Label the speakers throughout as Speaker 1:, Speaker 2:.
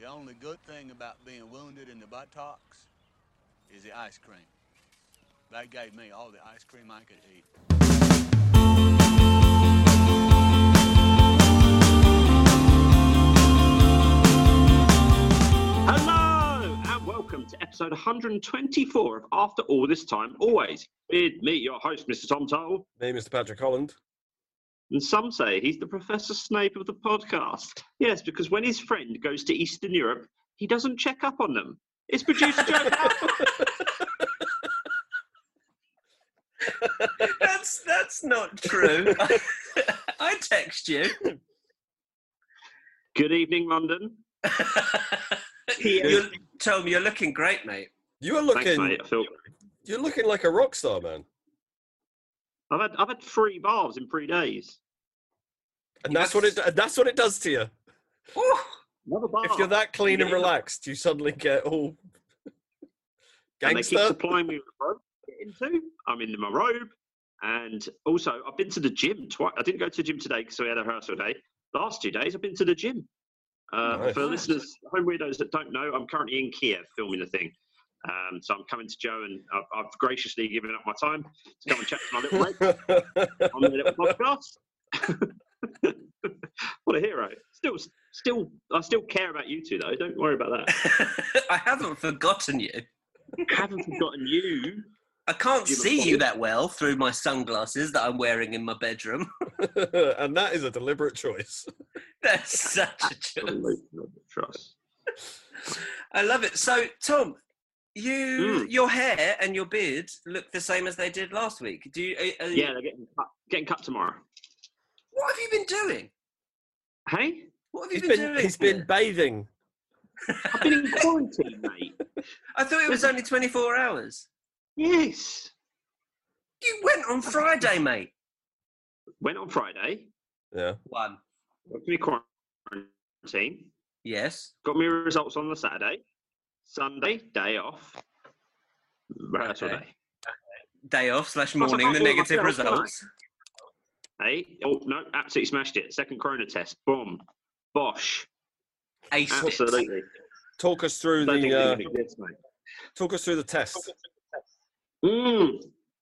Speaker 1: The only good thing about being wounded in the buttocks is the ice cream. They gave me all the ice cream I could eat.
Speaker 2: Hello and welcome to episode 124 of After All This Time Always. With me, your host, Mr. Tom Toll,
Speaker 3: Me, Mr. Patrick Holland.
Speaker 2: and some say he's the Professor Snape of the podcast. Yes, because when his friend goes to Eastern Europe, he doesn't check up on them. It's producer Joe Powell.
Speaker 4: that's that's not true. I text you.
Speaker 2: Good evening, London.
Speaker 4: you tell me you're looking great, mate.
Speaker 3: You are
Speaker 2: Thanks,
Speaker 3: looking.
Speaker 2: mate. I feel
Speaker 3: you're looking like a rock star, man.
Speaker 2: I've had I've had three baths in three days.
Speaker 3: And
Speaker 4: You
Speaker 3: that's what
Speaker 4: must-
Speaker 3: it. and That's what it does to you.
Speaker 4: Oh,
Speaker 2: Another bath.
Speaker 3: If you're that clean and
Speaker 2: yeah.
Speaker 3: relaxed, you suddenly get all
Speaker 2: and they keep
Speaker 3: gangster.
Speaker 2: supplying me with robes to get into. I'm in my robe, and also I've been to the gym twice. I didn't go to the gym today because we had a rehearsal day. The last two days I've been to the gym. Uh,
Speaker 3: Nice.
Speaker 2: For listeners, home weirdos that don't know, I'm currently in Kiev filming the thing. Um, so I'm coming to Joe, and I've, I've graciously given up my time to come and chat to my little mate on the little podcast. what a hero! Still, still, I still care about you two, though. Don't worry about that.
Speaker 4: I haven't forgotten you.
Speaker 2: I haven't forgotten you.
Speaker 4: I can't
Speaker 2: You look
Speaker 4: see you
Speaker 2: old.
Speaker 4: that well through my sunglasses that I'm wearing in my bedroom.
Speaker 3: and that is a deliberate choice.
Speaker 4: That's such a joke.
Speaker 2: Trust.
Speaker 4: I love it. So, Tom, you your hair and your beard look the same as they did last week. Do you? Are, are,
Speaker 2: Yeah, they're getting cut, getting cut tomorrow.
Speaker 4: What have you been doing?
Speaker 2: Hey,
Speaker 4: What have
Speaker 3: He's
Speaker 4: you been,
Speaker 3: been.
Speaker 4: doing?
Speaker 3: He's been bathing.
Speaker 2: I've been in quarantine, mate.
Speaker 4: I thought it was only 24 hours.
Speaker 2: Yes,
Speaker 4: You went on Friday, mate.
Speaker 2: went on Friday.
Speaker 3: Yeah.
Speaker 4: One.
Speaker 2: Went to my quarantine.
Speaker 4: Yes.
Speaker 2: Got my results on the Saturday. Sunday, day off. Rehearsal
Speaker 3: eh?
Speaker 4: Okay.
Speaker 2: day.
Speaker 4: Day off slash
Speaker 2: That's
Speaker 4: morning, the
Speaker 2: about all I
Speaker 4: negative
Speaker 2: feel, don't I?
Speaker 4: results.
Speaker 2: Hey, oh no, absolutely smashed it. Second corona test. Boom. Bosh.
Speaker 4: Aced it.
Speaker 2: Absolutely.
Speaker 3: Talk us through
Speaker 2: Don't think
Speaker 3: the.
Speaker 2: it
Speaker 3: Uh,
Speaker 2: even exists, mate.
Speaker 3: talk us through the test.
Speaker 2: Mm,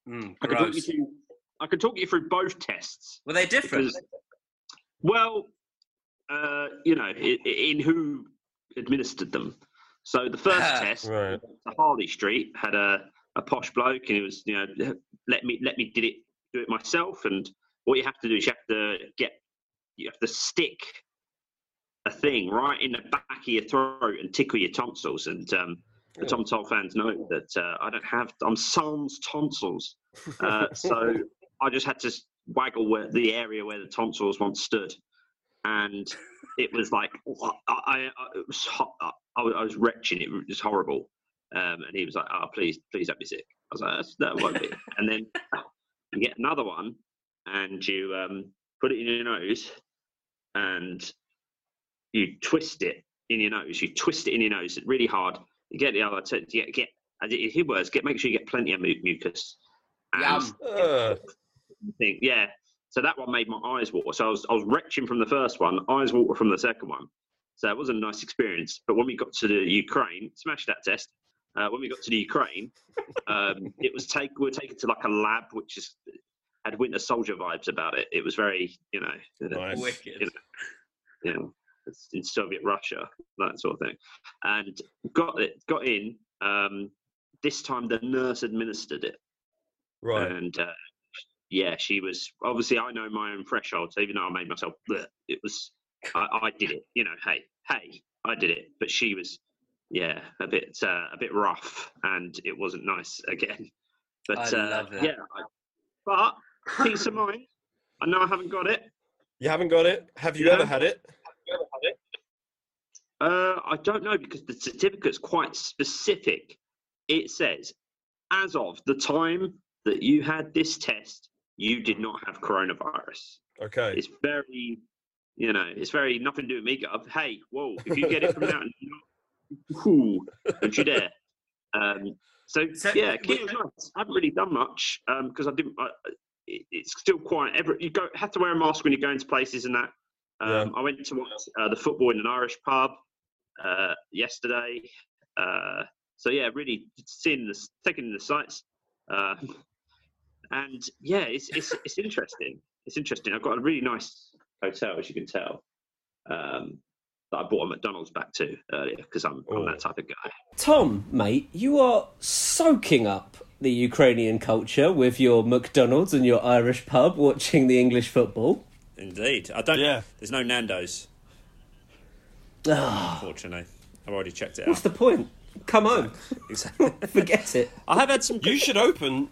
Speaker 4: Mm,
Speaker 2: I could talk you
Speaker 4: gross.
Speaker 2: through. I could talk you through both tests.
Speaker 4: Were they different?
Speaker 2: Because- well, uh, you know, in, in who administered them. So the first
Speaker 4: Ah,
Speaker 2: test,
Speaker 3: Right.
Speaker 2: to Harley Street, had a, a posh bloke, and he was, you know, let me let me did it do it myself. And what you have to do is you have to get you have to stick a thing right in the back of your throat and tickle your tonsils. And um, the
Speaker 3: Yeah.
Speaker 2: Tom Toll fans know that uh, I don't have I'm sans tonsils, uh, so I just had to s- waggle where, the area where the tonsils once stood, and it was like I I, I, it was, ho- I, I was- I was retching. It was horrible. Um, and he was like, "Oh, please, please don't be sick." I was like, That's, "That won't be." and then you get another one, and you um, put it in your nose, and you twist it in your nose. You twist it in your nose really hard. You get the other to, to get get. As it, his words, get make sure you get plenty of mu- mucus. And
Speaker 4: Yum.
Speaker 3: Uh,
Speaker 2: I think, yeah. So that one made my eyes water. So I was, I was retching from the first one, eyes water from the second one. So it was a nice experience. But when we got to the Ukraine, smash that test. Uh, when we got to the Ukraine, um, it was take we were taken to like a lab which is had Winter Soldier vibes about it. It was very you know, you know,
Speaker 3: Nice.
Speaker 4: Wicked.
Speaker 2: you know, it's in Soviet Russia, that sort of thing. And got it, got in. Um, this time the nurse administered it,
Speaker 3: right.
Speaker 2: and uh, yeah, she was obviously I know my own threshold. So even though I made myself, bleh, it was I, I did it. You know, hey, hey, I did it. But she was, yeah, a bit uh, a bit rough, and it wasn't nice again. But
Speaker 4: I
Speaker 2: uh,
Speaker 4: love that.
Speaker 2: yeah, I, but peace of mind. I know I haven't got it.
Speaker 3: You haven't got it. Have you
Speaker 2: Yeah.
Speaker 3: ever had it?
Speaker 2: Uh, I don't know because the certificate's quite specific. It says, as of the time that you had this test, you did not have coronavirus.
Speaker 3: Okay.
Speaker 2: It's very, you know, it's very nothing to do with me. Gov. Hey, whoa, if you get it from now, on, you're not- Ooh, don't you dare. Um, so,
Speaker 4: So-
Speaker 2: yeah, Kia was nice. I haven't really done much because I didn't. I, it, it's still quiet. Every, you go have to wear a mask when you go into places and that. Um, I went to watch uh, the football in an Irish pub.
Speaker 5: uh, yesterday. Uh, so yeah, really seeing the taking in the sights, uh, and yeah, it's it's it's interesting. It's interesting. I've got a really nice hotel, as you can tell, um, that I bought a McDonald's back to earlier because I'm, I'm
Speaker 2: Oh.
Speaker 5: that type of guy.
Speaker 4: Tom, mate, you are soaking up the Ukrainian culture with your McDonald's and your Irish pub watching the English football.
Speaker 2: Indeed. I don't.
Speaker 6: Yeah.
Speaker 2: There's no Nando's,
Speaker 4: Ah,
Speaker 2: fortunately. I've already checked it
Speaker 4: what's
Speaker 2: out.
Speaker 4: the point? Come on,
Speaker 2: Exactly.
Speaker 4: forget it.
Speaker 2: I have had some good
Speaker 3: You should open.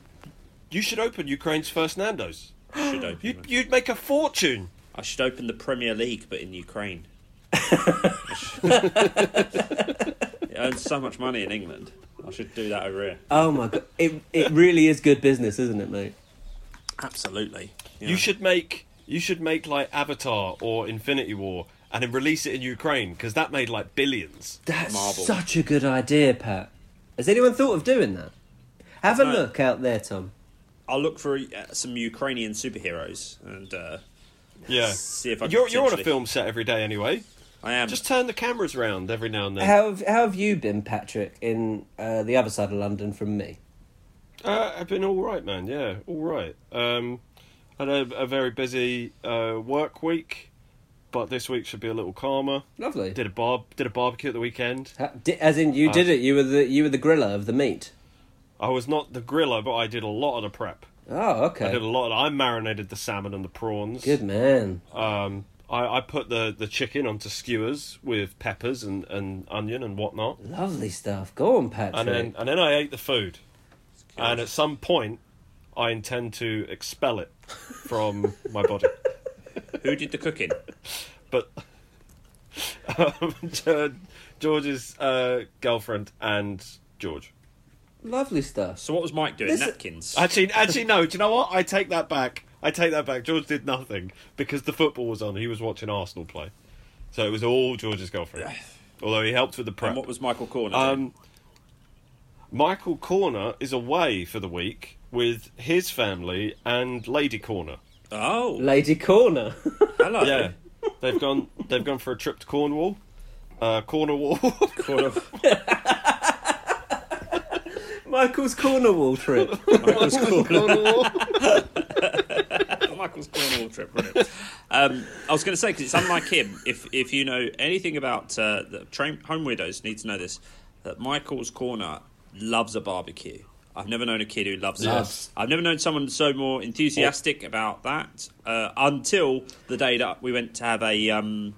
Speaker 3: You should open Ukraine's first Nando's.
Speaker 2: should open.
Speaker 3: You'd,
Speaker 2: them.
Speaker 3: you'd make a fortune.
Speaker 2: I should open the Premier League, but in Ukraine. it earns so much money in England. I should do that over here.
Speaker 4: Oh my god, it it really is good business, isn't it, mate?
Speaker 2: Absolutely.
Speaker 3: You should make. You should make like Avatar or Infinity War, and then release it in Ukraine because that made like billions.
Speaker 4: That's
Speaker 2: Marvel.
Speaker 4: such a good idea, Pat. Has anyone thought of doing that? Have a
Speaker 2: No.
Speaker 4: look out there, Tom.
Speaker 2: I'll look for uh, some Ukrainian superheroes and uh,
Speaker 3: Yeah.
Speaker 2: see if I can.
Speaker 3: You're, you're on a
Speaker 2: potentially-
Speaker 3: film set every day anyway.
Speaker 2: I am.
Speaker 3: Just turn the cameras round every now and then.
Speaker 4: How have, how have you been, Patrick, in uh, the other side of London from me?
Speaker 3: Uh, I've been all right, man. Yeah, all right. Um, had a, a very busy uh, work week, but this week should be a little calmer.
Speaker 4: Lovely.
Speaker 3: Did a bar, did a barbecue at the weekend.
Speaker 4: Ha- di- As in,
Speaker 3: Uh,
Speaker 4: you did it. You were the you were the griller of the meat.
Speaker 3: I was not the griller, but I did a lot of the prep.
Speaker 4: Oh,
Speaker 3: I did a
Speaker 4: okay.
Speaker 3: lot. Of, I marinated the salmon and the prawns.
Speaker 4: Good man.
Speaker 3: Um, I, I put the, the chicken onto skewers with peppers and, and onion and whatnot,
Speaker 4: Lovely stuff. Go on, Patrick.
Speaker 3: and then and then I ate the food. And at some point, I intend to expel it from my body.
Speaker 2: Who did the cooking?
Speaker 3: but um, Ge- George's uh, girlfriend and George.
Speaker 4: Lovely stuff.
Speaker 2: So what was Mike doing?
Speaker 4: Listen-
Speaker 2: Napkins.
Speaker 3: Actually, actually, no. Do you know what? I take that back. I take that back. George did nothing because the football was on. He was watching Arsenal play, so it was all George's girlfriend. Although he helped with the prep.
Speaker 2: And what was Michael Corner? doing?
Speaker 3: Um, Michael Corner is away for the week with his family and Lady Corner.
Speaker 2: oh,
Speaker 4: Lady Corner.
Speaker 2: hello.
Speaker 3: Yeah, they've gone. They've gone for a trip to Cornwall. Uh, Cornwall.
Speaker 2: Corner.
Speaker 4: Michael's Cornerwall trip.
Speaker 2: Michael's Corner.
Speaker 3: Cornwall.
Speaker 2: Michael's Cornwall trip. brilliant. Um, I was going to say because it's unlike him. If if you know anything about uh, the train, home weirdos need to know this. That Michael's Corner loves a barbecue. I've never known a kid who loves
Speaker 4: Loves.
Speaker 2: it. I've never known someone so more enthusiastic about that uh, until the day that we went to have a um,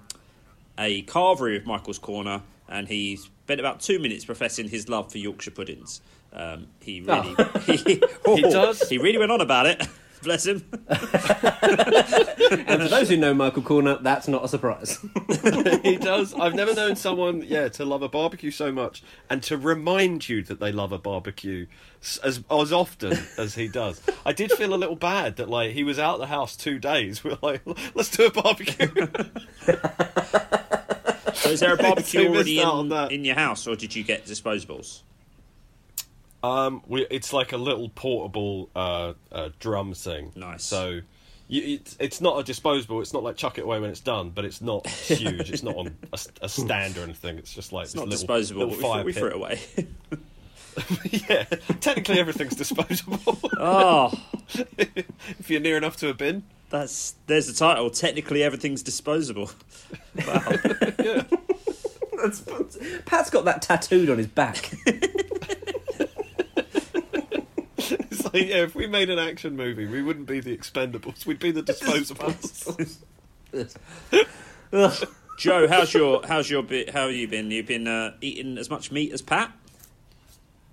Speaker 2: a carvery with Michael's Corner, and he spent about two minutes professing his love for Yorkshire puddings. Um, he really, he,
Speaker 3: does.
Speaker 2: He really went on about it. Bless him.
Speaker 4: and for those who know Michael Corner, that's not a surprise.
Speaker 3: he does. I've never known someone, yeah, to love a barbecue so much and to remind you that they love a barbecue s- as as often as he does. I did feel a little bad that like he was out of the house two days. We're like, let's do a barbecue.
Speaker 2: So is there a barbecue
Speaker 3: missed
Speaker 2: already
Speaker 3: out on
Speaker 2: in,
Speaker 3: that.
Speaker 2: in your house, or did you get disposables?
Speaker 3: um, we, it's like a little portable uh, uh drum thing.
Speaker 2: Nice.
Speaker 3: So. You, it's, it's not a disposable. It's not like chuck it away when it's done, but it's not huge. it's not on a, s- a stand or anything. It's just like
Speaker 2: It's not disposable.
Speaker 3: Little
Speaker 2: we, threw- we threw it
Speaker 3: fire pit.
Speaker 2: away.
Speaker 3: yeah, technically everything's disposable.
Speaker 2: oh,
Speaker 3: if you're near enough to a bin.
Speaker 2: that's there's the title. Technically, everything's disposable.
Speaker 4: That's- Pat's got that tattooed on his back.
Speaker 3: It's like, yeah, if we made an action movie, we wouldn't be the expendables, we'd be the disposables.
Speaker 2: Joe, how's your how's your bit? How have you been? You've been uh, eating as much meat as Pat.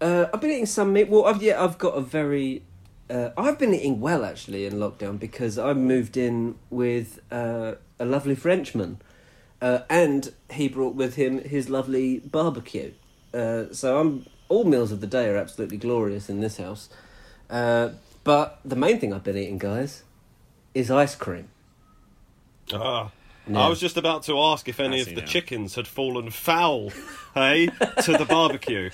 Speaker 4: Uh, I've been eating some meat. Well, I've, yeah, I've got a very. Uh, I've been eating well actually in lockdown because I moved in with uh, a lovely Frenchman, uh, and he brought with him his lovely barbecue. Uh, so I'm all meals of the day are absolutely glorious in this house. Uh, but the main thing I've been eating, guys, is ice cream.
Speaker 3: Ah. I was just about to ask if any
Speaker 2: I
Speaker 3: of
Speaker 2: see
Speaker 3: the
Speaker 2: now.
Speaker 3: chickens had fallen foul, hey, to the barbecue.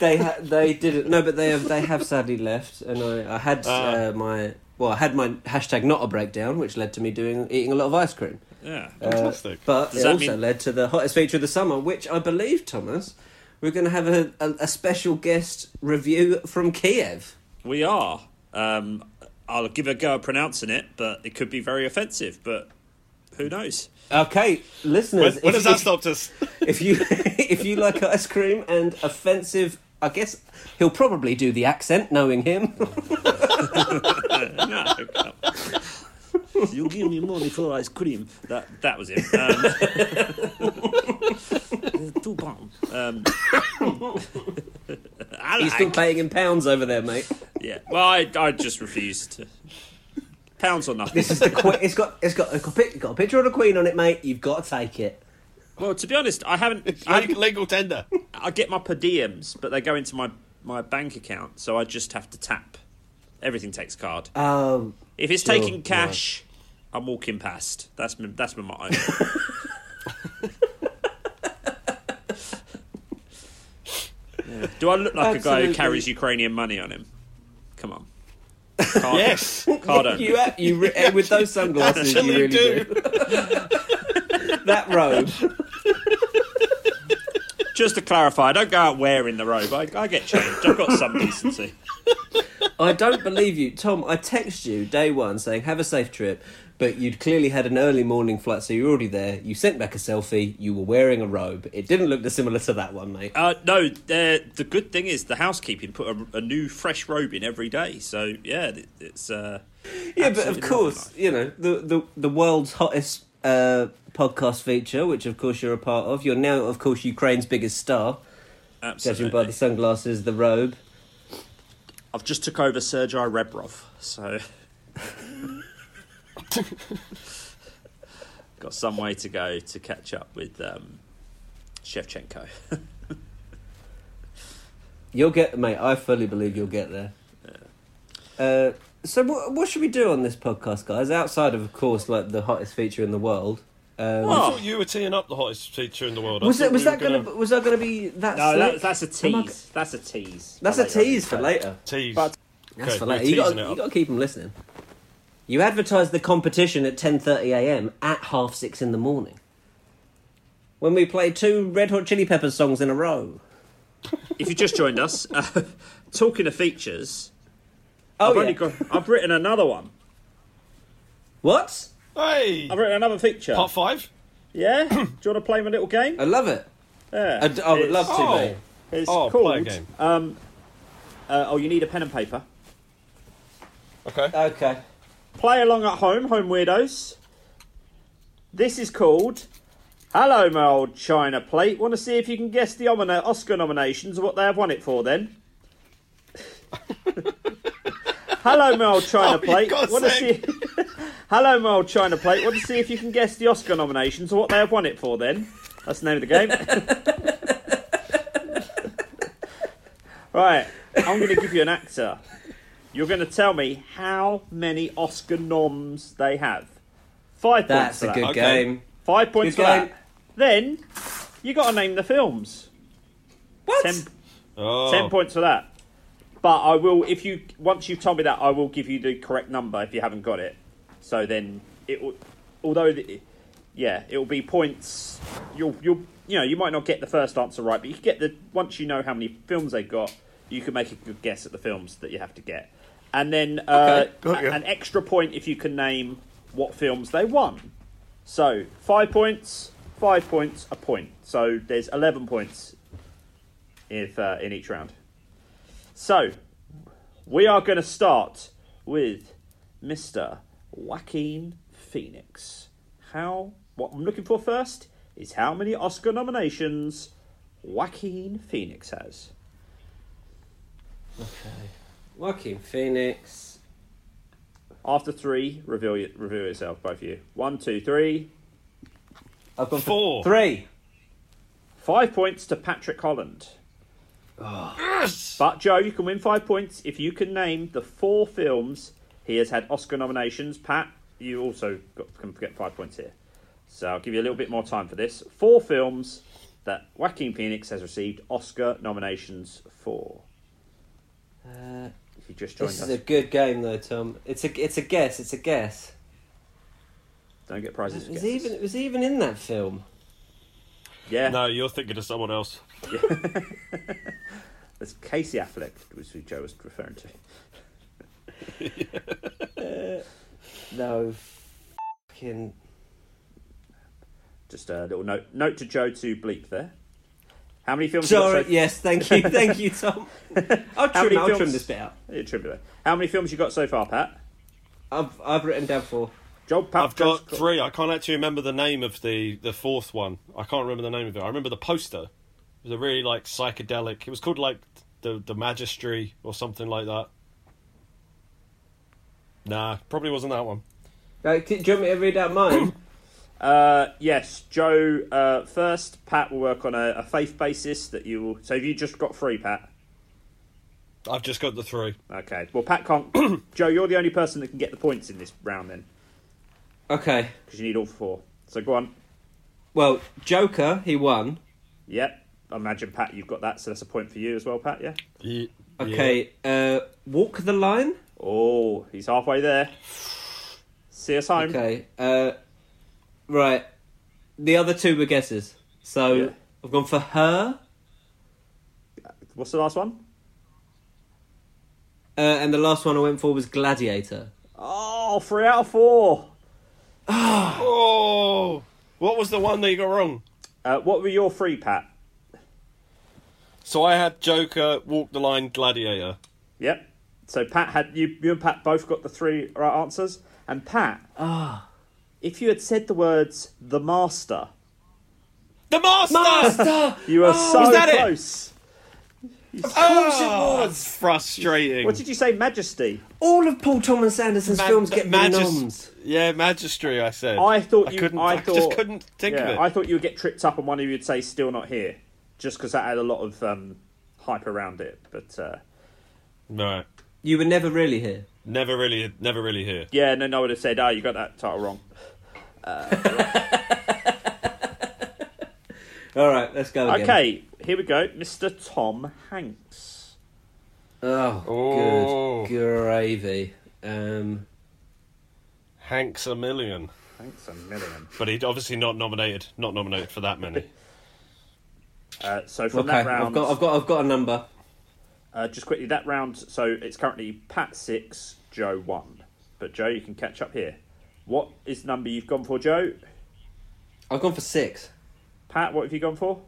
Speaker 4: they ha- they didn't no but they have they have sadly left and i, I had uh, my well i had my hashtag not a breakdown which led to me doing eating a lot of ice cream
Speaker 2: Yeah.
Speaker 3: Fantastic.
Speaker 4: But
Speaker 2: Does
Speaker 4: it
Speaker 2: that
Speaker 4: also
Speaker 2: mean-
Speaker 4: led to the hottest feature of the summer, which I believe, Thomas, we're going to have a, a, a special guest review from Kiev.
Speaker 2: We are. Um, I'll give a go at pronouncing it, but it could be very offensive. But who knows?
Speaker 4: Okay, listeners,
Speaker 3: when when
Speaker 4: if,
Speaker 3: has that
Speaker 4: if-
Speaker 3: stopped us?
Speaker 4: if you if you like ice cream and offensive, I guess he'll probably do the accent, knowing him.
Speaker 2: No. you give me money for ice cream. That that was it. Um, two pound. Um, I
Speaker 4: He's been
Speaker 2: like-
Speaker 4: paying in pounds over there, mate.
Speaker 2: yeah. Well, I, I just refused. To... Pounds or nothing.
Speaker 4: This is the que- it's got it's got a, pic- got a picture of the Queen on it, mate. You've got to take it.
Speaker 2: Well, to be honest, I haven't. I,
Speaker 3: Legal, legal tender.
Speaker 2: I get my per diems, but they go into my my bank account, so I just have to tap. Everything takes card.
Speaker 4: Um,
Speaker 2: If it's
Speaker 4: Sure,
Speaker 2: taking cash, I'm walking past. That's my, that's my motto. Yeah. Do I look like a guy who
Speaker 4: Absolutely.
Speaker 2: carries Ukrainian money on him? Come on. Card,
Speaker 3: Yes.
Speaker 2: Card only.
Speaker 4: you a- you re- eh, with those sunglasses, you really do. that robe.
Speaker 2: Just to clarify, I don't go out wearing the robe. I, I get changed. I've got some decency.
Speaker 4: I don't believe you, Tom. I text you day one saying have a safe trip, but you'd clearly had an early morning flight, so you're already there. You sent back a selfie. You were wearing a robe. It didn't look dissimilar to that one, mate.
Speaker 2: Uh, no, the the good thing is the housekeeping put a, a new fresh robe in every day. So yeah, it, it's uh,
Speaker 4: yeah, but of
Speaker 2: absolutely
Speaker 4: course, you know the the the world's hottest uh, podcast feature, which of course you're a part of. You're now, of course, Ukraine's biggest star, judging
Speaker 2: absolutely.
Speaker 4: by the sunglasses, the robe.
Speaker 2: I've just took over Sergei Rebrov, so got some way to go to catch up with um, Shevchenko.
Speaker 4: Uh, You'll get, mate. I fully believe you'll get there. Uh, so, what, what should we do on this podcast, guys? Outside of, of course, like the hottest feature in the world. Um,
Speaker 2: Oh,
Speaker 3: I thought you were teeing up the hottest teacher in the world. I
Speaker 4: was
Speaker 3: thought
Speaker 4: that was
Speaker 3: we were
Speaker 4: that gonna, was that gonna be that?
Speaker 2: no, that,
Speaker 4: slick?
Speaker 2: that's a
Speaker 4: Am I-
Speaker 2: tease. That's a tease.
Speaker 4: That's a tease for later.
Speaker 3: tease?
Speaker 2: But-
Speaker 4: That's
Speaker 3: Okay,
Speaker 4: for
Speaker 3: we're
Speaker 4: later. You got
Speaker 3: teasing it
Speaker 4: you
Speaker 3: up.
Speaker 4: got to keep them listening. You advertise the competition at ten thirty a.m. at half six in the morning. When we play two Red Hot Chili Peppers songs in a row.
Speaker 2: If you just joined us, uh, talking of features,
Speaker 4: Oh
Speaker 2: I've,
Speaker 4: yeah.
Speaker 2: only got, I've written another one.
Speaker 4: What?
Speaker 3: hey,
Speaker 2: I've written another feature.
Speaker 3: part five.
Speaker 2: Yeah, do you want to play my little game?
Speaker 4: I love it.
Speaker 2: Yeah,
Speaker 4: I, I would
Speaker 2: It's-
Speaker 4: love to.
Speaker 3: Oh.
Speaker 4: mate.
Speaker 2: It's
Speaker 3: Oh,
Speaker 2: called.
Speaker 3: play a game.
Speaker 2: Um, uh, oh, you need a pen and paper.
Speaker 3: Okay.
Speaker 4: Okay.
Speaker 2: Play along at home, home weirdos. This is called Hello, my old China plate. Want to see if you can guess the omina- Oscar nominations, what they have won it for then? Hello, my old China
Speaker 3: Oh, for
Speaker 2: plate.
Speaker 3: God's
Speaker 2: Want to see.
Speaker 3: sake.
Speaker 2: Hello, my old China plate. Want to see if you can guess the Oscar nominations, what they have won it for then? That's the name of the game. right, I'm going to give you an actor. You're going to tell me how many Oscar noms they have. Five points
Speaker 4: That's
Speaker 2: for
Speaker 4: a
Speaker 2: that.
Speaker 4: good
Speaker 3: Okay.
Speaker 4: game.
Speaker 2: Five points
Speaker 4: Good
Speaker 2: for
Speaker 4: game.
Speaker 2: that. Then you got to name the films.
Speaker 4: What?
Speaker 2: Ten,
Speaker 3: Oh.
Speaker 2: ten points for that. But I will, if you once you've told me that, I will give you the correct number if you haven't got it. So then it will, although, the, yeah, it will be points. You'll you'll you know you might not get the first answer right, but you can get the once you know how many films they got, you can make a good guess at the films that you have to get, and then uh,
Speaker 3: got you.
Speaker 2: an extra point if you can name what films they won. So five points, five points, a point. So there's eleven points if uh, in each round. So we are going to start with Mr. Joaquin Phoenix. How? What I'm looking for first is how many Oscar nominations Joaquin Phoenix has.
Speaker 4: Joaquin Phoenix.
Speaker 2: After three, reveal y- reveal yourself, both of you. One, two, three.
Speaker 4: I've gone for
Speaker 3: Four.
Speaker 4: three.
Speaker 2: Five points to Patrick Holland.
Speaker 3: Yes.
Speaker 2: But Joe, you can win five points if you can name the four films he has had Oscar nominations. Pat, you also got, can get five points here. So I'll give you a little bit more time for this. Four films that Joaquin Phoenix has received Oscar nominations for.
Speaker 4: Uh,
Speaker 2: If you just joined
Speaker 4: this
Speaker 2: us,
Speaker 4: is a good game, though, Tom. It's a it's a guess. It's a guess.
Speaker 2: Don't get prizes.
Speaker 4: It
Speaker 2: for
Speaker 4: was
Speaker 2: guesses.
Speaker 4: even it was even in that film.
Speaker 2: yeah.
Speaker 3: No, you're thinking of someone else.
Speaker 2: That's Casey Affleck, which is who Joe was referring to.
Speaker 4: No, fucking
Speaker 2: Just a little note note to Joe to bleep there. How many films? you got
Speaker 4: sorry.
Speaker 2: so-
Speaker 4: Yes, thank you, thank you, Tom. I'll
Speaker 2: How many
Speaker 4: trim, I'll trim
Speaker 2: films-
Speaker 4: this bit out.
Speaker 2: Yeah, trim it. How many films you got so far, Pat?
Speaker 4: I've I've written down four.
Speaker 2: Joe, Pat,
Speaker 3: I've got
Speaker 2: Josh,
Speaker 3: three. I can't actually remember the name of the the fourth one. I can't remember the name of it. I remember the poster. It was a really like psychedelic. It was called like the the Magistry or something like that. Nah, probably wasn't that one.
Speaker 4: Like, do you want me to read out mine?
Speaker 2: Uh, yes, Joe. Uh, first, Pat will work on a, a faith basis that you will. So, have you just got three, Pat?
Speaker 3: I've just got the three.
Speaker 2: Okay. Well, Pat can't. Joe, you're the only person that can get the points in this round then,
Speaker 4: okay.
Speaker 2: because you need all four. So go on.
Speaker 4: Well, Joker, he won.
Speaker 2: Yep. I imagine Pat, you've got that, so that's a point for you as well, Pat. Yeah.
Speaker 3: Ye- yeah.
Speaker 4: Okay. Uh, Walk the line.
Speaker 2: Oh, he's halfway there. See us home.
Speaker 4: Okay. Uh, right. The other two were guesses. So
Speaker 2: Yeah.
Speaker 4: I've gone for her,
Speaker 2: What's the last one?
Speaker 4: uh, and the last one I went for was Gladiator.
Speaker 2: Oh, three out of four.
Speaker 3: Oh, what was the one that you got wrong?
Speaker 2: Uh, what were your three, Pat?
Speaker 3: So I had Joker, Walk the Line, Gladiator.
Speaker 2: Yep. So Pat had you. You and Pat both got the three right answers. And Pat,
Speaker 4: Ah.
Speaker 2: if you had said the words "the master,"
Speaker 3: The Master.
Speaker 4: Master.
Speaker 2: you were
Speaker 4: Oh,
Speaker 2: so
Speaker 3: was that it?
Speaker 2: close.
Speaker 3: Oh, that's frustrating.
Speaker 2: What did you say, Majesty?
Speaker 4: All of Paul Thomas Anderson's films get
Speaker 3: Magis-
Speaker 4: noms.
Speaker 3: Yeah, Magistry. I said.
Speaker 2: I thought you.
Speaker 3: couldn't.
Speaker 2: I,
Speaker 3: I
Speaker 2: thought,
Speaker 3: just couldn't think
Speaker 2: yeah,
Speaker 3: of it.
Speaker 2: I thought you would get tripped up, and one of you would say "still not here," just because that had a lot of um, hype around it. But uh,
Speaker 3: No,
Speaker 4: You were never really here.
Speaker 3: never really, never really here.
Speaker 2: yeah, no, no, I would have said, "Ah, you got that title wrong."
Speaker 4: All right, let's go again.
Speaker 2: Okay, here we go, Mr. Tom Hanks.
Speaker 4: Oh,
Speaker 3: Oh.
Speaker 4: good gravy. Um,
Speaker 3: Hanks a million,
Speaker 2: Hanks a million.
Speaker 3: but he'd obviously not nominated. Not nominated for that many.
Speaker 2: Uh, so from
Speaker 4: okay,
Speaker 2: that round,
Speaker 4: I've got, I've got, I've got a number.
Speaker 2: Uh, just quickly, that round, so it's currently Pat 6, Joe 1. But Joe, you can catch up here. What is the number you've gone for, Joe?
Speaker 4: I've gone for six.
Speaker 2: Pat, what have you gone for?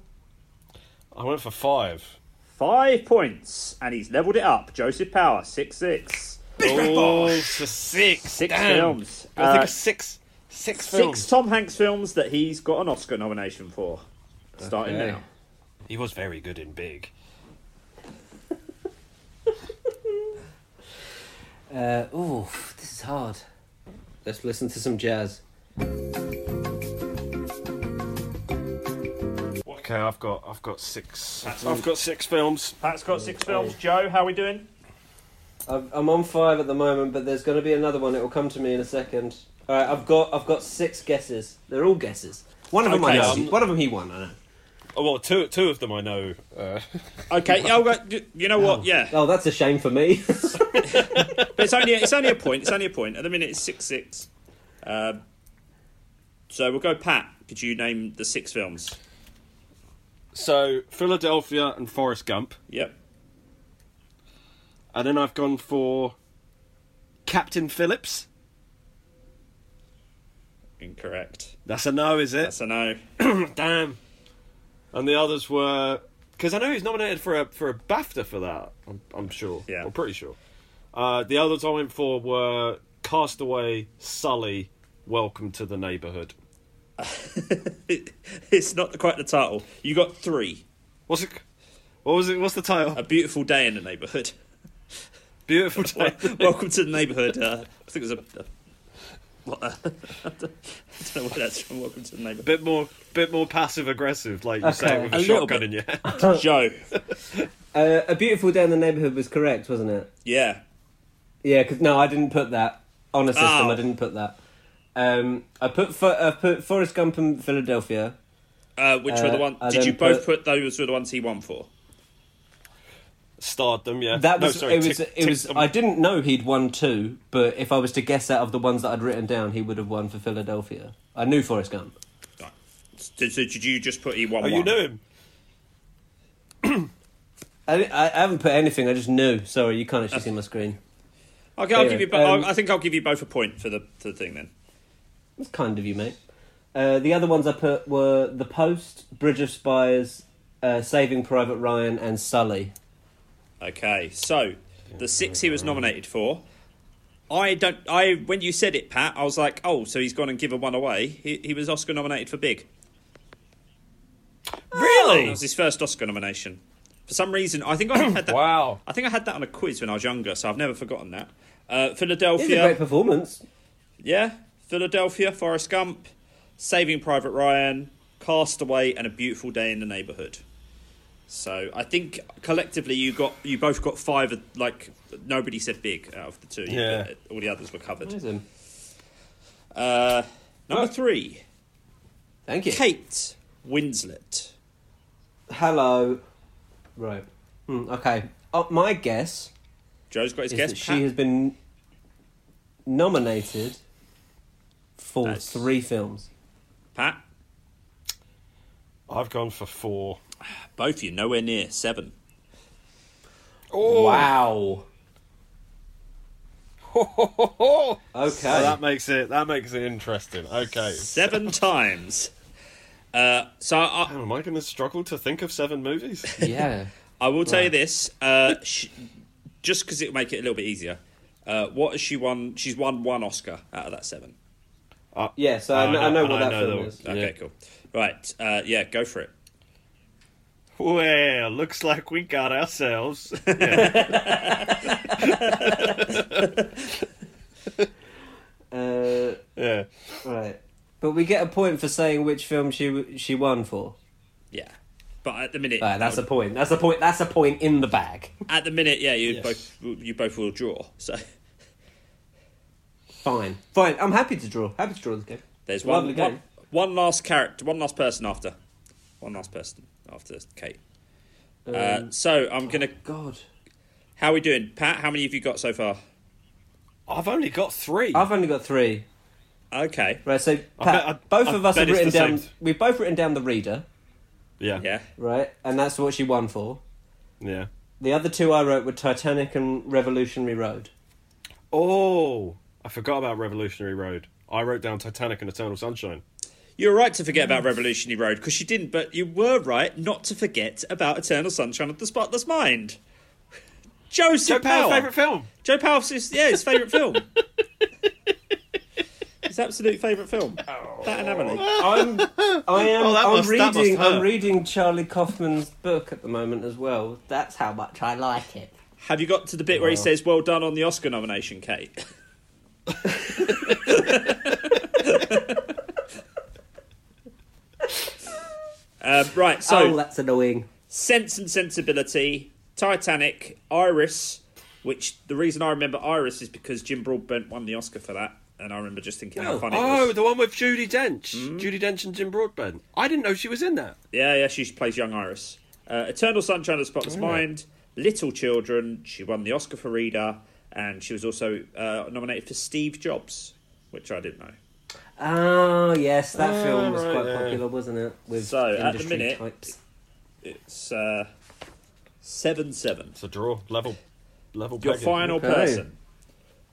Speaker 3: I went for five.
Speaker 2: Five points. And he's levelled it up. Joseph Power, 6 6.
Speaker 3: Oh, to six.
Speaker 2: Six
Speaker 3: Damn.
Speaker 2: films.
Speaker 3: I think
Speaker 2: Uh,
Speaker 3: it's six. Six films.
Speaker 2: Six Tom Hanks films that he's got an Oscar nomination for. Starting
Speaker 4: Okay.
Speaker 2: now.
Speaker 3: He was very good in Big.
Speaker 4: Uh, ooh, this is hard. Let's listen to some jazz.
Speaker 3: Okay, I've got, I've got six. I've got six films.
Speaker 2: Pat's got six films. Joe, how are we doing?
Speaker 4: I've, I'm on five at the moment, but there's going to be another one. It will come to me in a second. All right, I've got I've got six guesses. They're all guesses. One of them
Speaker 3: Okay,
Speaker 4: I know.
Speaker 3: um,
Speaker 4: One of them he won. I know.
Speaker 3: Oh, well, two, two of them I know. Uh,
Speaker 2: Okay, yeah, I'll go- you know what? Yeah,
Speaker 4: Oh, that's a shame for me.
Speaker 2: But it's only it's only a point. It's only a point. At the minute, it's six six. Um, so we'll go. Pat, could you name the six films?
Speaker 3: so Philadelphia and Forrest Gump,
Speaker 2: Yep.
Speaker 3: and then I've gone for Captain Phillips.
Speaker 2: Incorrect.
Speaker 3: That's a no, is it?
Speaker 2: That's a no.
Speaker 3: Damn. And the others were because I know he's nominated for a for a BAFTA for that. I'm, I'm sure.
Speaker 2: Yeah.
Speaker 3: I'm pretty sure. Uh, the others I went for were Castaway, Sully, Welcome to the Neighborhood.
Speaker 2: It- it's not quite the title. You got three.
Speaker 3: What's it? What was it? What's the title?
Speaker 2: A beautiful day in the neighborhood.
Speaker 3: beautiful day.
Speaker 2: Welcome to the neighborhood. Uh, I think it was a. a what, uh, I don't know where that's from. Welcome to the neighborhood.
Speaker 3: bit more, bit more passive aggressive, like you say
Speaker 4: Okay.
Speaker 3: it with
Speaker 2: A
Speaker 3: a,
Speaker 2: little
Speaker 3: shotgun
Speaker 2: bit.
Speaker 3: in your hand.
Speaker 2: Joe.
Speaker 4: uh, a beautiful day in the neighborhood was correct, wasn't it?
Speaker 2: Yeah.
Speaker 4: Yeah, 'cause- no, I didn't put that on a system.
Speaker 3: Ah.
Speaker 2: Oh.
Speaker 4: I didn't put that. Um, I put for, I put Forrest Gump and Philadelphia.
Speaker 2: Uh, which were
Speaker 4: Uh,
Speaker 2: the one?
Speaker 4: I
Speaker 2: Did you
Speaker 4: then
Speaker 2: both put
Speaker 4: put-
Speaker 2: those were the ones he won for?
Speaker 3: starred them. Yeah,
Speaker 4: That
Speaker 3: No,
Speaker 4: was
Speaker 3: sorry,
Speaker 4: it. Was
Speaker 3: tick-
Speaker 4: it was?
Speaker 3: ticked them.
Speaker 4: I didn't know he'd won two, but if I was to guess out of the ones that I'd written down, he would have won for Philadelphia. I knew Forrest Gump.
Speaker 2: Right. So, so did you just put E one?
Speaker 3: Oh, you knew him.
Speaker 4: I, I haven't put anything. I just knew. Sorry, you can't actually see my screen.
Speaker 2: Okay, I'll
Speaker 4: Anyway,
Speaker 2: give you. bo-
Speaker 4: um,
Speaker 2: I'll, I think I'll give you both a point for the for the thing then.
Speaker 4: That's kind of you, mate. Uh, the other ones I put were The Post, Bridge of Spies, uh, Saving Private Ryan, and Sully.
Speaker 2: Okay, so the six he was nominated for. I don't. I when you said it, Pat, I was like, oh, so he's gone and given one away. He, he was Oscar nominated for Big. That
Speaker 3: Really?
Speaker 2: was his first Oscar nomination. For some reason, I think I had that.
Speaker 3: Wow.
Speaker 2: I think I had that on a quiz when I was younger, so I've never forgotten that. Uh,
Speaker 4: It's
Speaker 2: Philadelphia,
Speaker 4: a great performance.
Speaker 2: yeah, Philadelphia, Forrest Gump, Saving Private Ryan, Castaway, and A Beautiful Day in the Neighborhood. So I think collectively you got you both got five. of- Like nobody said big out of the two.
Speaker 3: Yeah.
Speaker 2: but all the others were covered.
Speaker 4: Amazing.
Speaker 2: Uh, number three,
Speaker 4: Thank you.
Speaker 2: Kate Winslet.
Speaker 4: Hello. Right. Hmm, okay. Uh, my guess
Speaker 2: Joe's got his
Speaker 4: is
Speaker 2: guess.
Speaker 4: that she
Speaker 2: Pat?
Speaker 4: has been nominated for
Speaker 2: That's-
Speaker 4: three films.
Speaker 2: Pat,
Speaker 3: I've gone for four.
Speaker 2: both of you nowhere near seven.
Speaker 3: Oh,
Speaker 4: Wow. Okay.
Speaker 3: So that makes it that makes it interesting. Okay.
Speaker 2: Seven times. Uh, so I,
Speaker 3: Damn, am I going to struggle to think of seven movies?
Speaker 4: yeah.
Speaker 2: I will tell you this, uh, sh just because it'll make it a little bit easier. Uh, what has she won? She's won one Oscar out of that seven.
Speaker 4: Yeah, so I,
Speaker 3: Oh,
Speaker 4: know, I
Speaker 3: no,
Speaker 4: know
Speaker 3: and
Speaker 4: what
Speaker 3: I
Speaker 4: that
Speaker 3: know
Speaker 4: film
Speaker 3: that-
Speaker 4: is.
Speaker 2: Okay, cool. Right, uh, yeah, go for it.
Speaker 3: Well, looks like we got ourselves. Yeah.
Speaker 4: Uh,
Speaker 3: yeah.
Speaker 4: right. But we get a point for saying which film she w- she won for.
Speaker 2: Yeah, but at the minute,
Speaker 4: Right, Uh, that's a point. That's a point. That's a point in the bag.
Speaker 2: at the minute, yeah, you
Speaker 3: Yes.
Speaker 2: both you both will draw. So
Speaker 4: Fine. Fine. I'm happy to draw. Happy to draw this game.
Speaker 2: there's
Speaker 4: Lovely
Speaker 2: one,
Speaker 4: game.
Speaker 2: one one last character, one last person after, one last person after Kate. uh, so I'm gonna.
Speaker 4: Um, God.
Speaker 2: How are we doing, Pat? How many have you got so far?
Speaker 3: I've only got three.
Speaker 4: I've only got three.
Speaker 2: Okay.
Speaker 4: Right, so Pat,
Speaker 3: bet- I-
Speaker 4: both
Speaker 3: I
Speaker 4: of us
Speaker 3: bet
Speaker 4: have
Speaker 3: it's
Speaker 4: written
Speaker 3: the
Speaker 4: down.
Speaker 3: same.
Speaker 4: We've both written down the reader,
Speaker 3: Yeah.
Speaker 2: Yeah.
Speaker 4: right? And that's what she won for.
Speaker 3: Yeah.
Speaker 4: The other two I wrote were Titanic and Revolutionary Road.
Speaker 3: Oh, I forgot about Revolutionary Road. I wrote down Titanic and Eternal Sunshine.
Speaker 2: You're right to forget about Revolutionary Road because she didn't, but you were right not to forget about Eternal Sunshine of the Spotless Mind. Joseph
Speaker 3: Joe
Speaker 2: Powell.
Speaker 3: Powell's favourite film.
Speaker 2: Joe Powell's his, yeah, his favourite film. his absolute favourite film. That and Emily.
Speaker 4: I'm, I am.
Speaker 3: Oh, that
Speaker 4: I'm
Speaker 3: must- that must
Speaker 4: reading. I'm
Speaker 3: hurt.
Speaker 4: reading Charlie Kaufman's book at the moment as well. That's how much I like it.
Speaker 2: Have you got to the bit where he says, "Well done on the Oscar nomination, Kate"? Um, right, so
Speaker 4: oh, that's annoying.
Speaker 2: Sense and Sensibility, Titanic, Iris, which the reason I remember Iris is because Jim Broadbent won the Oscar for that, and I remember just thinking how
Speaker 4: Oh.
Speaker 2: funny it
Speaker 3: Oh,
Speaker 2: was.
Speaker 3: the one with Judy Dench. Judy Dench and Jim Broadbent. I didn't know she was in that.
Speaker 2: Yeah, yeah, she plays young Iris. Uh, Eternal Sunshine of the Spotless Mind, Little Children, she won the Oscar for Rita, and she was also uh, nominated for Steve Jobs, which I didn't know.
Speaker 4: Oh yes, that
Speaker 3: Oh,
Speaker 4: film was
Speaker 3: right,
Speaker 4: quite
Speaker 3: yeah.
Speaker 4: popular, wasn't it? With
Speaker 2: So, at the
Speaker 4: industry
Speaker 2: minute-
Speaker 4: types.
Speaker 2: It's uh, 7 7.
Speaker 3: It's a draw. Level. Level.
Speaker 2: Your
Speaker 3: pegging.
Speaker 2: final
Speaker 4: Okay.
Speaker 2: person,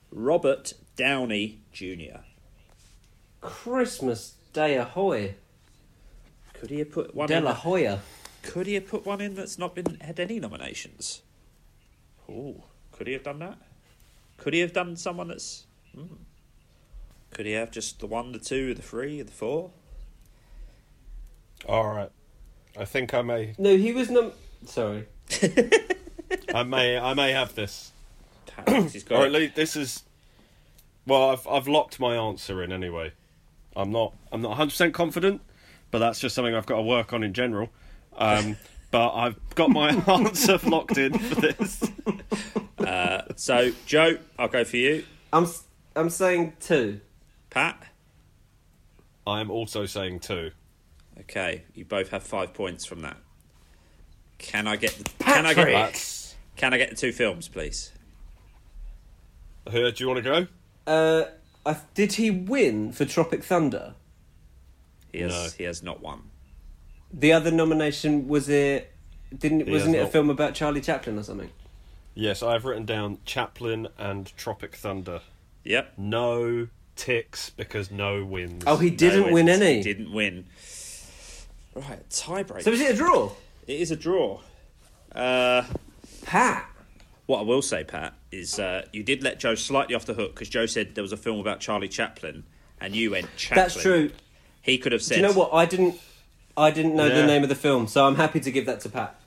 Speaker 2: Robert Downey Jr.
Speaker 4: Christmas Day Ahoy,
Speaker 2: Could he have put one
Speaker 4: De
Speaker 2: in
Speaker 4: La
Speaker 2: the-
Speaker 4: Hoya.
Speaker 2: Could he have put one in that's not been had any nominations? Oh, could he have done that? Could he have done someone that's? hmm. Could he have just the one, the two, the three, the four?
Speaker 3: All right. I think I may.
Speaker 4: No, he was num. Sorry.
Speaker 3: I may. I may have this.
Speaker 2: Perhaps he's got
Speaker 3: Or
Speaker 2: it.
Speaker 3: at least this is. Well, I've I've locked my answer in anyway. I'm not I'm not 100 percent confident, but that's just something I've got to work on in general. Um, but I've got my answer locked in for this.
Speaker 2: So, Joe, I'll go for you.
Speaker 4: I'm. s- I'm saying two.
Speaker 2: Pat,
Speaker 3: I am also saying two.
Speaker 2: okay, you both have five points from that. Can I get? Can I get?
Speaker 3: That's
Speaker 2: Can I get the two films, please?
Speaker 6: Here, do you want to go?
Speaker 4: Uh, I, did he win for Tropic Thunder?
Speaker 2: He has,
Speaker 6: No.
Speaker 2: he has not one.
Speaker 4: The other nomination was it? Didn't it?
Speaker 3: He
Speaker 4: wasn't it
Speaker 3: has
Speaker 4: a
Speaker 3: not-
Speaker 4: film about Charlie Chaplin or something?
Speaker 3: Yes, I've written down Chaplin and Tropic Thunder.
Speaker 2: Yep.
Speaker 3: No ticks because no wins.
Speaker 4: Oh, he didn't
Speaker 2: No
Speaker 4: win
Speaker 2: wins.
Speaker 4: any.
Speaker 2: Didn't win. Right, tiebreak.
Speaker 4: So is it a draw?
Speaker 2: it is a draw. Uh,
Speaker 4: Pat.
Speaker 2: what I will say, Pat, is uh, you did let Joe slightly off the hook because Joe said there was a film about Charlie Chaplin, and you went Chaplin.
Speaker 4: That's true.
Speaker 2: He could have said.
Speaker 4: Do you know what? I didn't. I didn't know
Speaker 3: Yeah.
Speaker 4: the name of the film, so I'm happy to give that to Pat.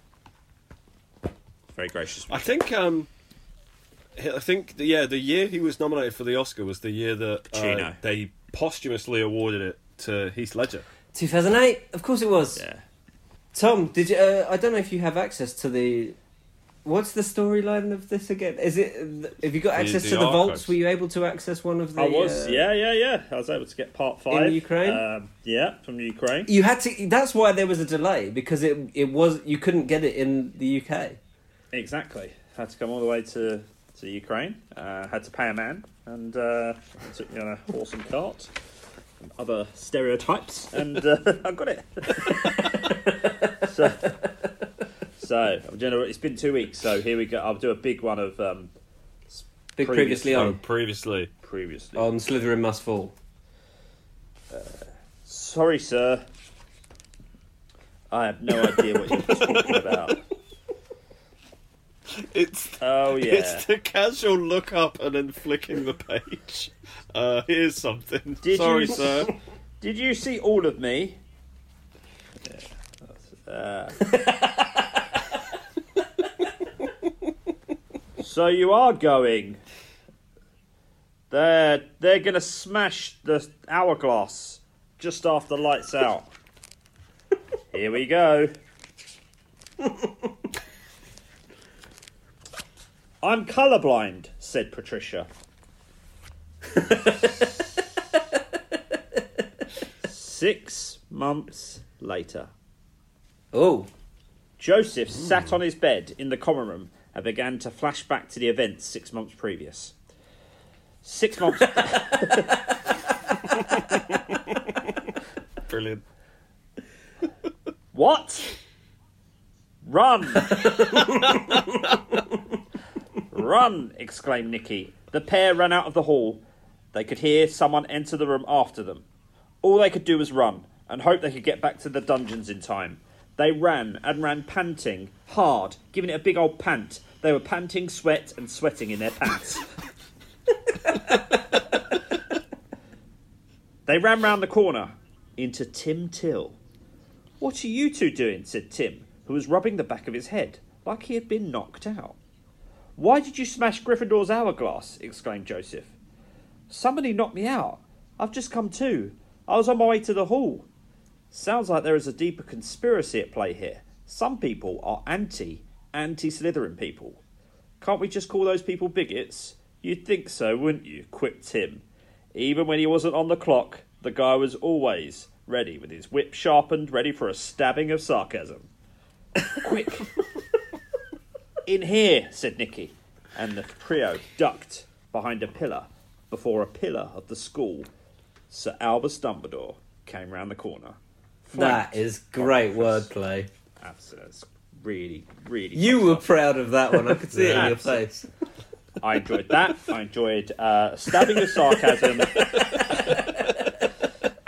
Speaker 2: Very gracious.
Speaker 3: I think um I think yeah, the year he was nominated for the Oscar was the year that uh,
Speaker 2: Pacino.
Speaker 3: they posthumously awarded it to Heath Ledger.
Speaker 4: 2008. Of course it was.
Speaker 2: Yeah.
Speaker 4: Tom, did you? Uh, I don't know if you have access to the. What's the storyline of this again? Is it? Have you got access
Speaker 3: the
Speaker 4: to the vaults?
Speaker 3: archives.
Speaker 4: Were you able to access one of the?
Speaker 2: I was,
Speaker 4: uh,
Speaker 2: yeah, yeah, yeah. I was able to get part five
Speaker 4: Ukraine?
Speaker 2: Um, yeah, from Ukraine.
Speaker 4: You had to. That's why there was a delay because it it was you couldn't get it in the UK.
Speaker 2: Exactly. Had to come all the way to to Ukraine. Uh, had to pay a man, and uh, took me on a horse and cart, and other stereotypes, and uh, I got it. so, so I'm gener- It's been two weeks, so here we go. I'll do a big one of um,
Speaker 4: Big previously,
Speaker 2: Previously
Speaker 3: Oh,
Speaker 4: on
Speaker 3: previously.
Speaker 2: previously.
Speaker 4: on Slytherin must fall.
Speaker 2: Sorry, sir. I have no idea what you're talking about.
Speaker 3: It's
Speaker 2: Oh yeah.
Speaker 3: It's the casual look up and then flicking the page. Uh, here's something.
Speaker 2: Did
Speaker 3: Sorry,
Speaker 2: you-
Speaker 3: sir.
Speaker 2: Did you see all of me? Uh, so you are going. They're they're gonna smash the hourglass just after lights out. Here we go. I'm colourblind, said Patricia. Six months later.
Speaker 4: Oh,
Speaker 2: Joseph sat on his bed in the common room and began to flash back to the events six months previous. Six months.
Speaker 3: Brilliant.
Speaker 2: what? Run! Run! exclaimed Nicky. The pair ran out of the hall. They could hear someone enter the room after them. All they could do was run and hope they could get back to the dungeons in time. They ran and ran panting, hard, giving it a big old pant. They were panting, sweat, and sweating in their pants. they ran round the corner into Tim Till. What are you two doing? said Tim, who was rubbing the back of his head like he had been knocked out. Why did you smash Gryffindor's hourglass? exclaimed Joseph. Somebody knocked me out. I've just come to. I was on my way to the hall. Sounds like there is a deeper conspiracy at play here. Some people are anti anti Slytherin people. Can't we just call those people bigots? You'd think so, wouldn't you? quipped Tim. Even when he wasn't on the clock, the guy was always ready with his whip sharpened, ready for a stabbing of sarcasm. Quick! In here, said Nicky, and the trio ducked behind a pillar before a pillar of the school. Sir Albus Dumbledore came round the corner.
Speaker 4: that is great wordplay.
Speaker 2: Absolutely, that's really, really.
Speaker 4: You were proud of that one. I could see it in your face.
Speaker 2: I enjoyed that. I enjoyed uh, stabbing with sarcasm.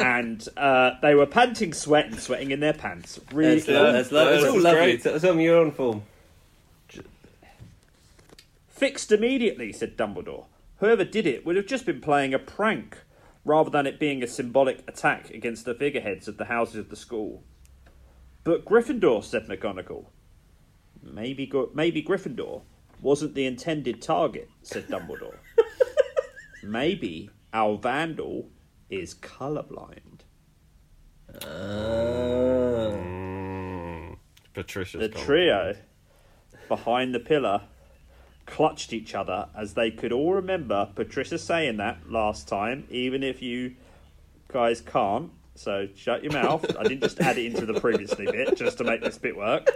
Speaker 2: and uh, they were panting sweat and sweating in their pants. Really,
Speaker 4: That's lo- that's lo- It's uh, all
Speaker 3: That's
Speaker 4: lovely.
Speaker 3: great.
Speaker 4: Tom, Tom, you're on form.
Speaker 2: Fixed immediately, said Dumbledore. Whoever did it would have just been playing a prank, rather than it being a symbolic attack against the figureheads of the houses of the school. But Gryffindor, said McGonagall. Maybe, Gr- maybe Gryffindor wasn't the intended target, said Dumbledore. maybe our vandal is colourblind.
Speaker 3: Mm.
Speaker 4: Uh,
Speaker 3: Hmm. Patricia's
Speaker 2: The
Speaker 3: gone.
Speaker 2: trio behind the pillar clutched each other as they could all remember Patricia saying that last time, even if you guys can't. So shut your mouth. I didn't just add it into the previously bit just to make this bit work.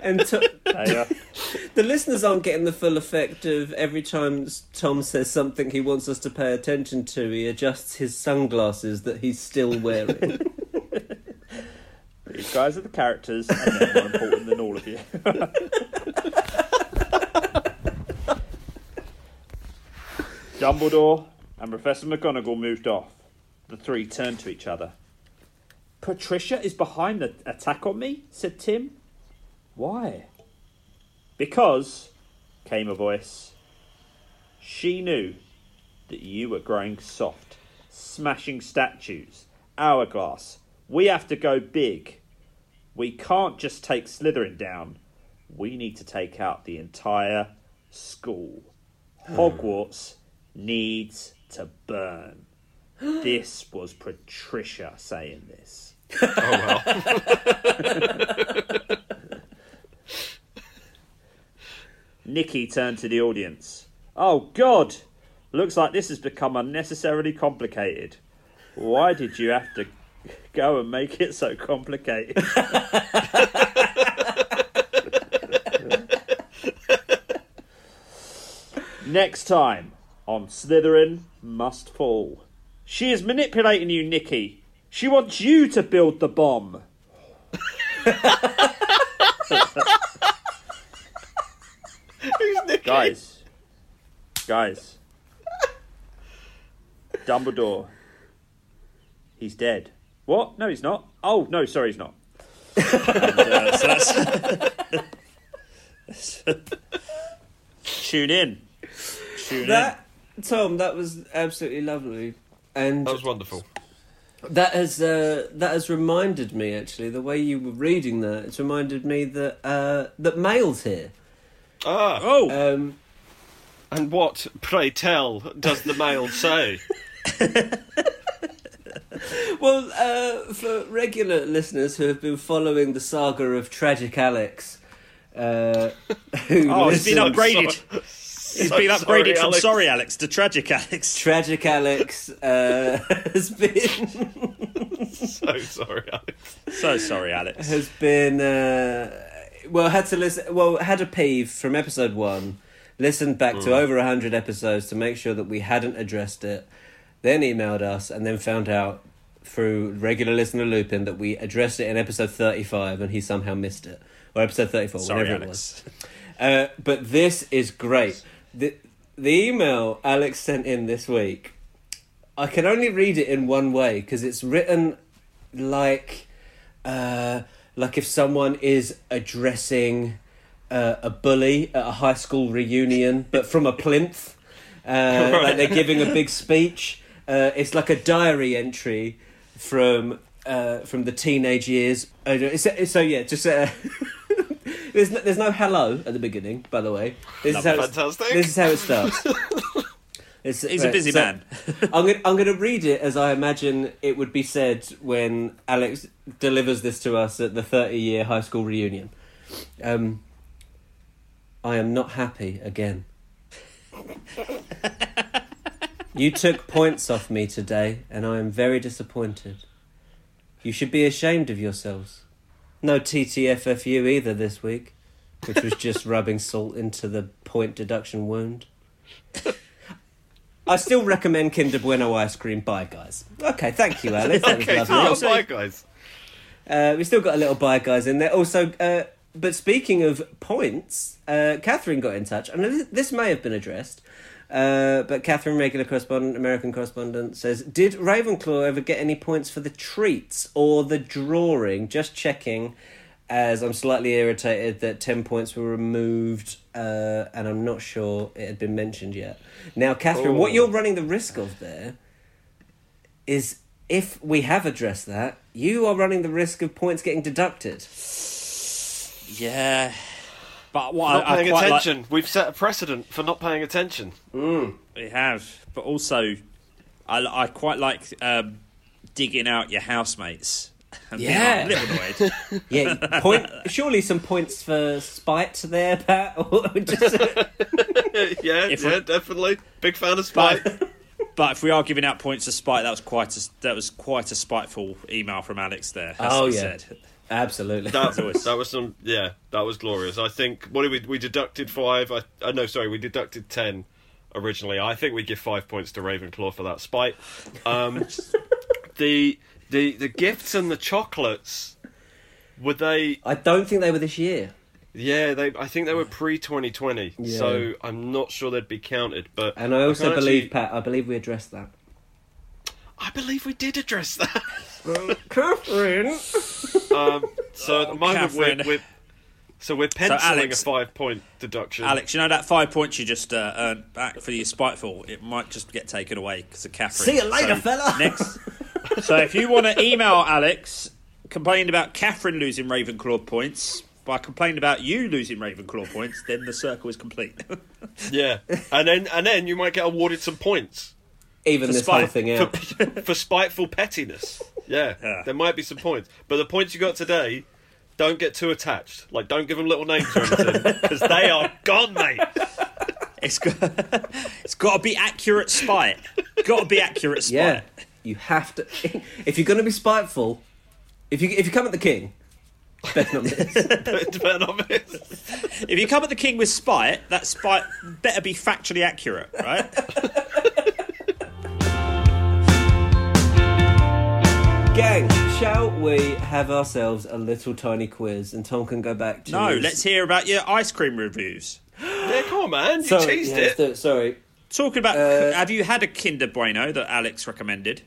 Speaker 4: and to-
Speaker 2: They, uh,
Speaker 4: the listeners aren't getting the full effect of every time Tom says something he wants us to pay attention to, he adjusts his sunglasses that he's still wearing.
Speaker 2: These guys are the characters, and they're more important than all of you. Dumbledore and Professor McGonagall moved off. The three turned to each other. Patricia is behind the attack on me, said Tim. Why? Because, came a voice, she knew that you were growing soft, smashing statues, hourglass. We have to go big. We can't just take Slytherin down. We need to take out the entire school. Hogwarts needs to burn. This was Patricia saying this. Nikki turned to the audience. Oh, God! Looks like this has become unnecessarily complicated. Why did you have to go and make it so complicated? Next time on Slytherin Must Fall. She is manipulating you, Nikki. She wants you to build the bomb.
Speaker 3: Who's Nick?
Speaker 2: Guys. Guys. Dumbledore. He's dead. What? No, he's not. Oh, no, sorry, he's not. And, uh, so that's- Tune in. Tune
Speaker 4: that, Tom, that was absolutely lovely. And
Speaker 3: That was wonderful.
Speaker 4: That has uh, that has reminded me actually the way you were reading that. It's reminded me that uh, that mail's here.
Speaker 2: in.
Speaker 3: Ah,
Speaker 2: Oh!
Speaker 4: Um,
Speaker 3: and what, pray tell, does the mail say?
Speaker 4: well, uh, for regular listeners who have been following the saga of Tragic Alex, uh, who
Speaker 2: oh, he's
Speaker 4: listen-
Speaker 2: been upgraded. he's been upgraded
Speaker 3: sorry,
Speaker 2: from
Speaker 3: Alex.
Speaker 2: Sorry Alex to Tragic Alex.
Speaker 4: Tragic Alex uh, has been
Speaker 3: so sorry, Alex.
Speaker 2: So sorry, Alex.
Speaker 4: has been uh, well had to listen well had a peeve from episode one listened back
Speaker 2: Hmm.
Speaker 4: to over 100 episodes to make sure that we hadn't addressed it then emailed us and then found out through regular listener lupin that we addressed it in episode 35 and he somehow missed it or episode 34
Speaker 2: Sorry,
Speaker 4: whatever it was
Speaker 2: Alex.
Speaker 4: uh, but this is great. The, the email Alex sent in this week, I can only read it in one way because it's written like, uh, like if someone is addressing uh, a bully at a high school reunion, but from a plinth. Uh, Like they're giving a big speech. Uh, it's like a diary entry from uh, from the teenage years. Uh, it's- it's- so yeah, just. Uh, There's no, there's no hello at the beginning, by the way. This is how it's-
Speaker 3: Fantastic.
Speaker 4: This is how it starts. It's-
Speaker 2: He's a
Speaker 4: right,
Speaker 2: busy
Speaker 4: so
Speaker 2: man.
Speaker 4: I'm gonna I'm gonna read it as I imagine it would be said when Alex delivers this to us at the 30 year high school reunion. Um, I am not happy again. you took points off me today, and I am very disappointed. You should be ashamed of yourselves. No TTFFU either this week, which was just rubbing salt into the point deduction wound. I still recommend Kinder Bueno ice cream. Bye, guys. Okay, thank you, Alex. That was
Speaker 3: Okay,
Speaker 4: lovely.
Speaker 3: so not bye, guys.
Speaker 4: Uh, we still got a little bye guys in there. Also, uh, but speaking of points, uh, Catherine got in touch, and this- this may have been addressed. Uh, but Catherine, regular correspondent, American correspondent, says, "Did Ravenclaw ever get any points for the treats or the drawing? Just checking, as I'm slightly irritated that ten points were removed, uh, and I'm not sure it had been mentioned yet. Now, Catherine, what
Speaker 3: Oh.
Speaker 4: you're running the risk of there is if we have addressed that, you are running the risk of points getting deducted.
Speaker 2: Yeah. But what
Speaker 3: Not
Speaker 2: I,
Speaker 3: paying
Speaker 2: I quite like-
Speaker 3: attention. We've set a precedent for not paying attention.
Speaker 2: We have, but also, I, I quite like um, digging out your housemates. And being a
Speaker 4: Yeah.
Speaker 2: little annoyed.
Speaker 4: Yeah, point. surely some points for spite there, Pat. Or just-
Speaker 3: yeah,
Speaker 2: If we-
Speaker 3: yeah, definitely. Big fan of Spike.
Speaker 2: but, but if we are giving out points of spite, that was quite a that was quite a spiteful email from Alex there. That's
Speaker 4: Oh,
Speaker 2: what he
Speaker 4: yeah.
Speaker 2: said.
Speaker 4: Absolutely.
Speaker 3: That, that was some yeah, that was glorious. I think what did we we deducted five. I uh, no, sorry, we deducted ten originally. I think we give five points to Ravenclaw for that spite. Um, the the the gifts and the chocolates were they?
Speaker 4: I don't think they were this year.
Speaker 3: Yeah, they. I think they were pre twenty twenty.
Speaker 4: Yeah.
Speaker 3: So I'm not sure they'd be counted. But
Speaker 4: And I also
Speaker 3: can't
Speaker 4: believe,
Speaker 3: actually-
Speaker 4: Pat, I believe we addressed that.
Speaker 3: I believe we did address that.
Speaker 4: Catherine!
Speaker 3: Um, so at the moment we're,
Speaker 2: Oh, Catherine.
Speaker 3: we're so we're penciling
Speaker 2: Alex-
Speaker 3: a five point deduction.
Speaker 2: Alex, you know that five points you just uh, earned back for your spiteful, it might just get taken away because of Catherine.
Speaker 4: See you later, fella.
Speaker 2: Next. so if you want to email Alex complaining about Catherine losing Ravenclaw points by complaining about you losing Ravenclaw points, then the circle is complete.
Speaker 3: Yeah, and then and then you might get awarded some points
Speaker 4: Even this
Speaker 2: spite-
Speaker 4: whole thing out.
Speaker 3: for spiteful pettiness. Yeah,
Speaker 2: Yeah.
Speaker 3: there might be some points, but the points you got today, don't get too attached. Like, don't give them little names or anything because they are gone, mate.
Speaker 2: it's got, it's got to be accurate spite. Got to be accurate spite.
Speaker 4: yeah. You have to. If you're going to be spiteful, if you if you come at the king, better not miss.
Speaker 3: Turn on it.
Speaker 2: If you come at the king with spite, that spite better be factually accurate, right?
Speaker 4: Gang, shall we have ourselves a little tiny quiz and Tom can go back to.
Speaker 2: no,
Speaker 4: his-
Speaker 2: let's hear about your ice cream reviews.
Speaker 3: Yeah, come on, man, you
Speaker 4: Sorry,
Speaker 3: cheesed
Speaker 4: yeah, let's
Speaker 3: it.
Speaker 4: do it. Sorry.
Speaker 2: Talking about,
Speaker 4: Uh,
Speaker 2: have you had a Kinder Bueno that Alex recommended?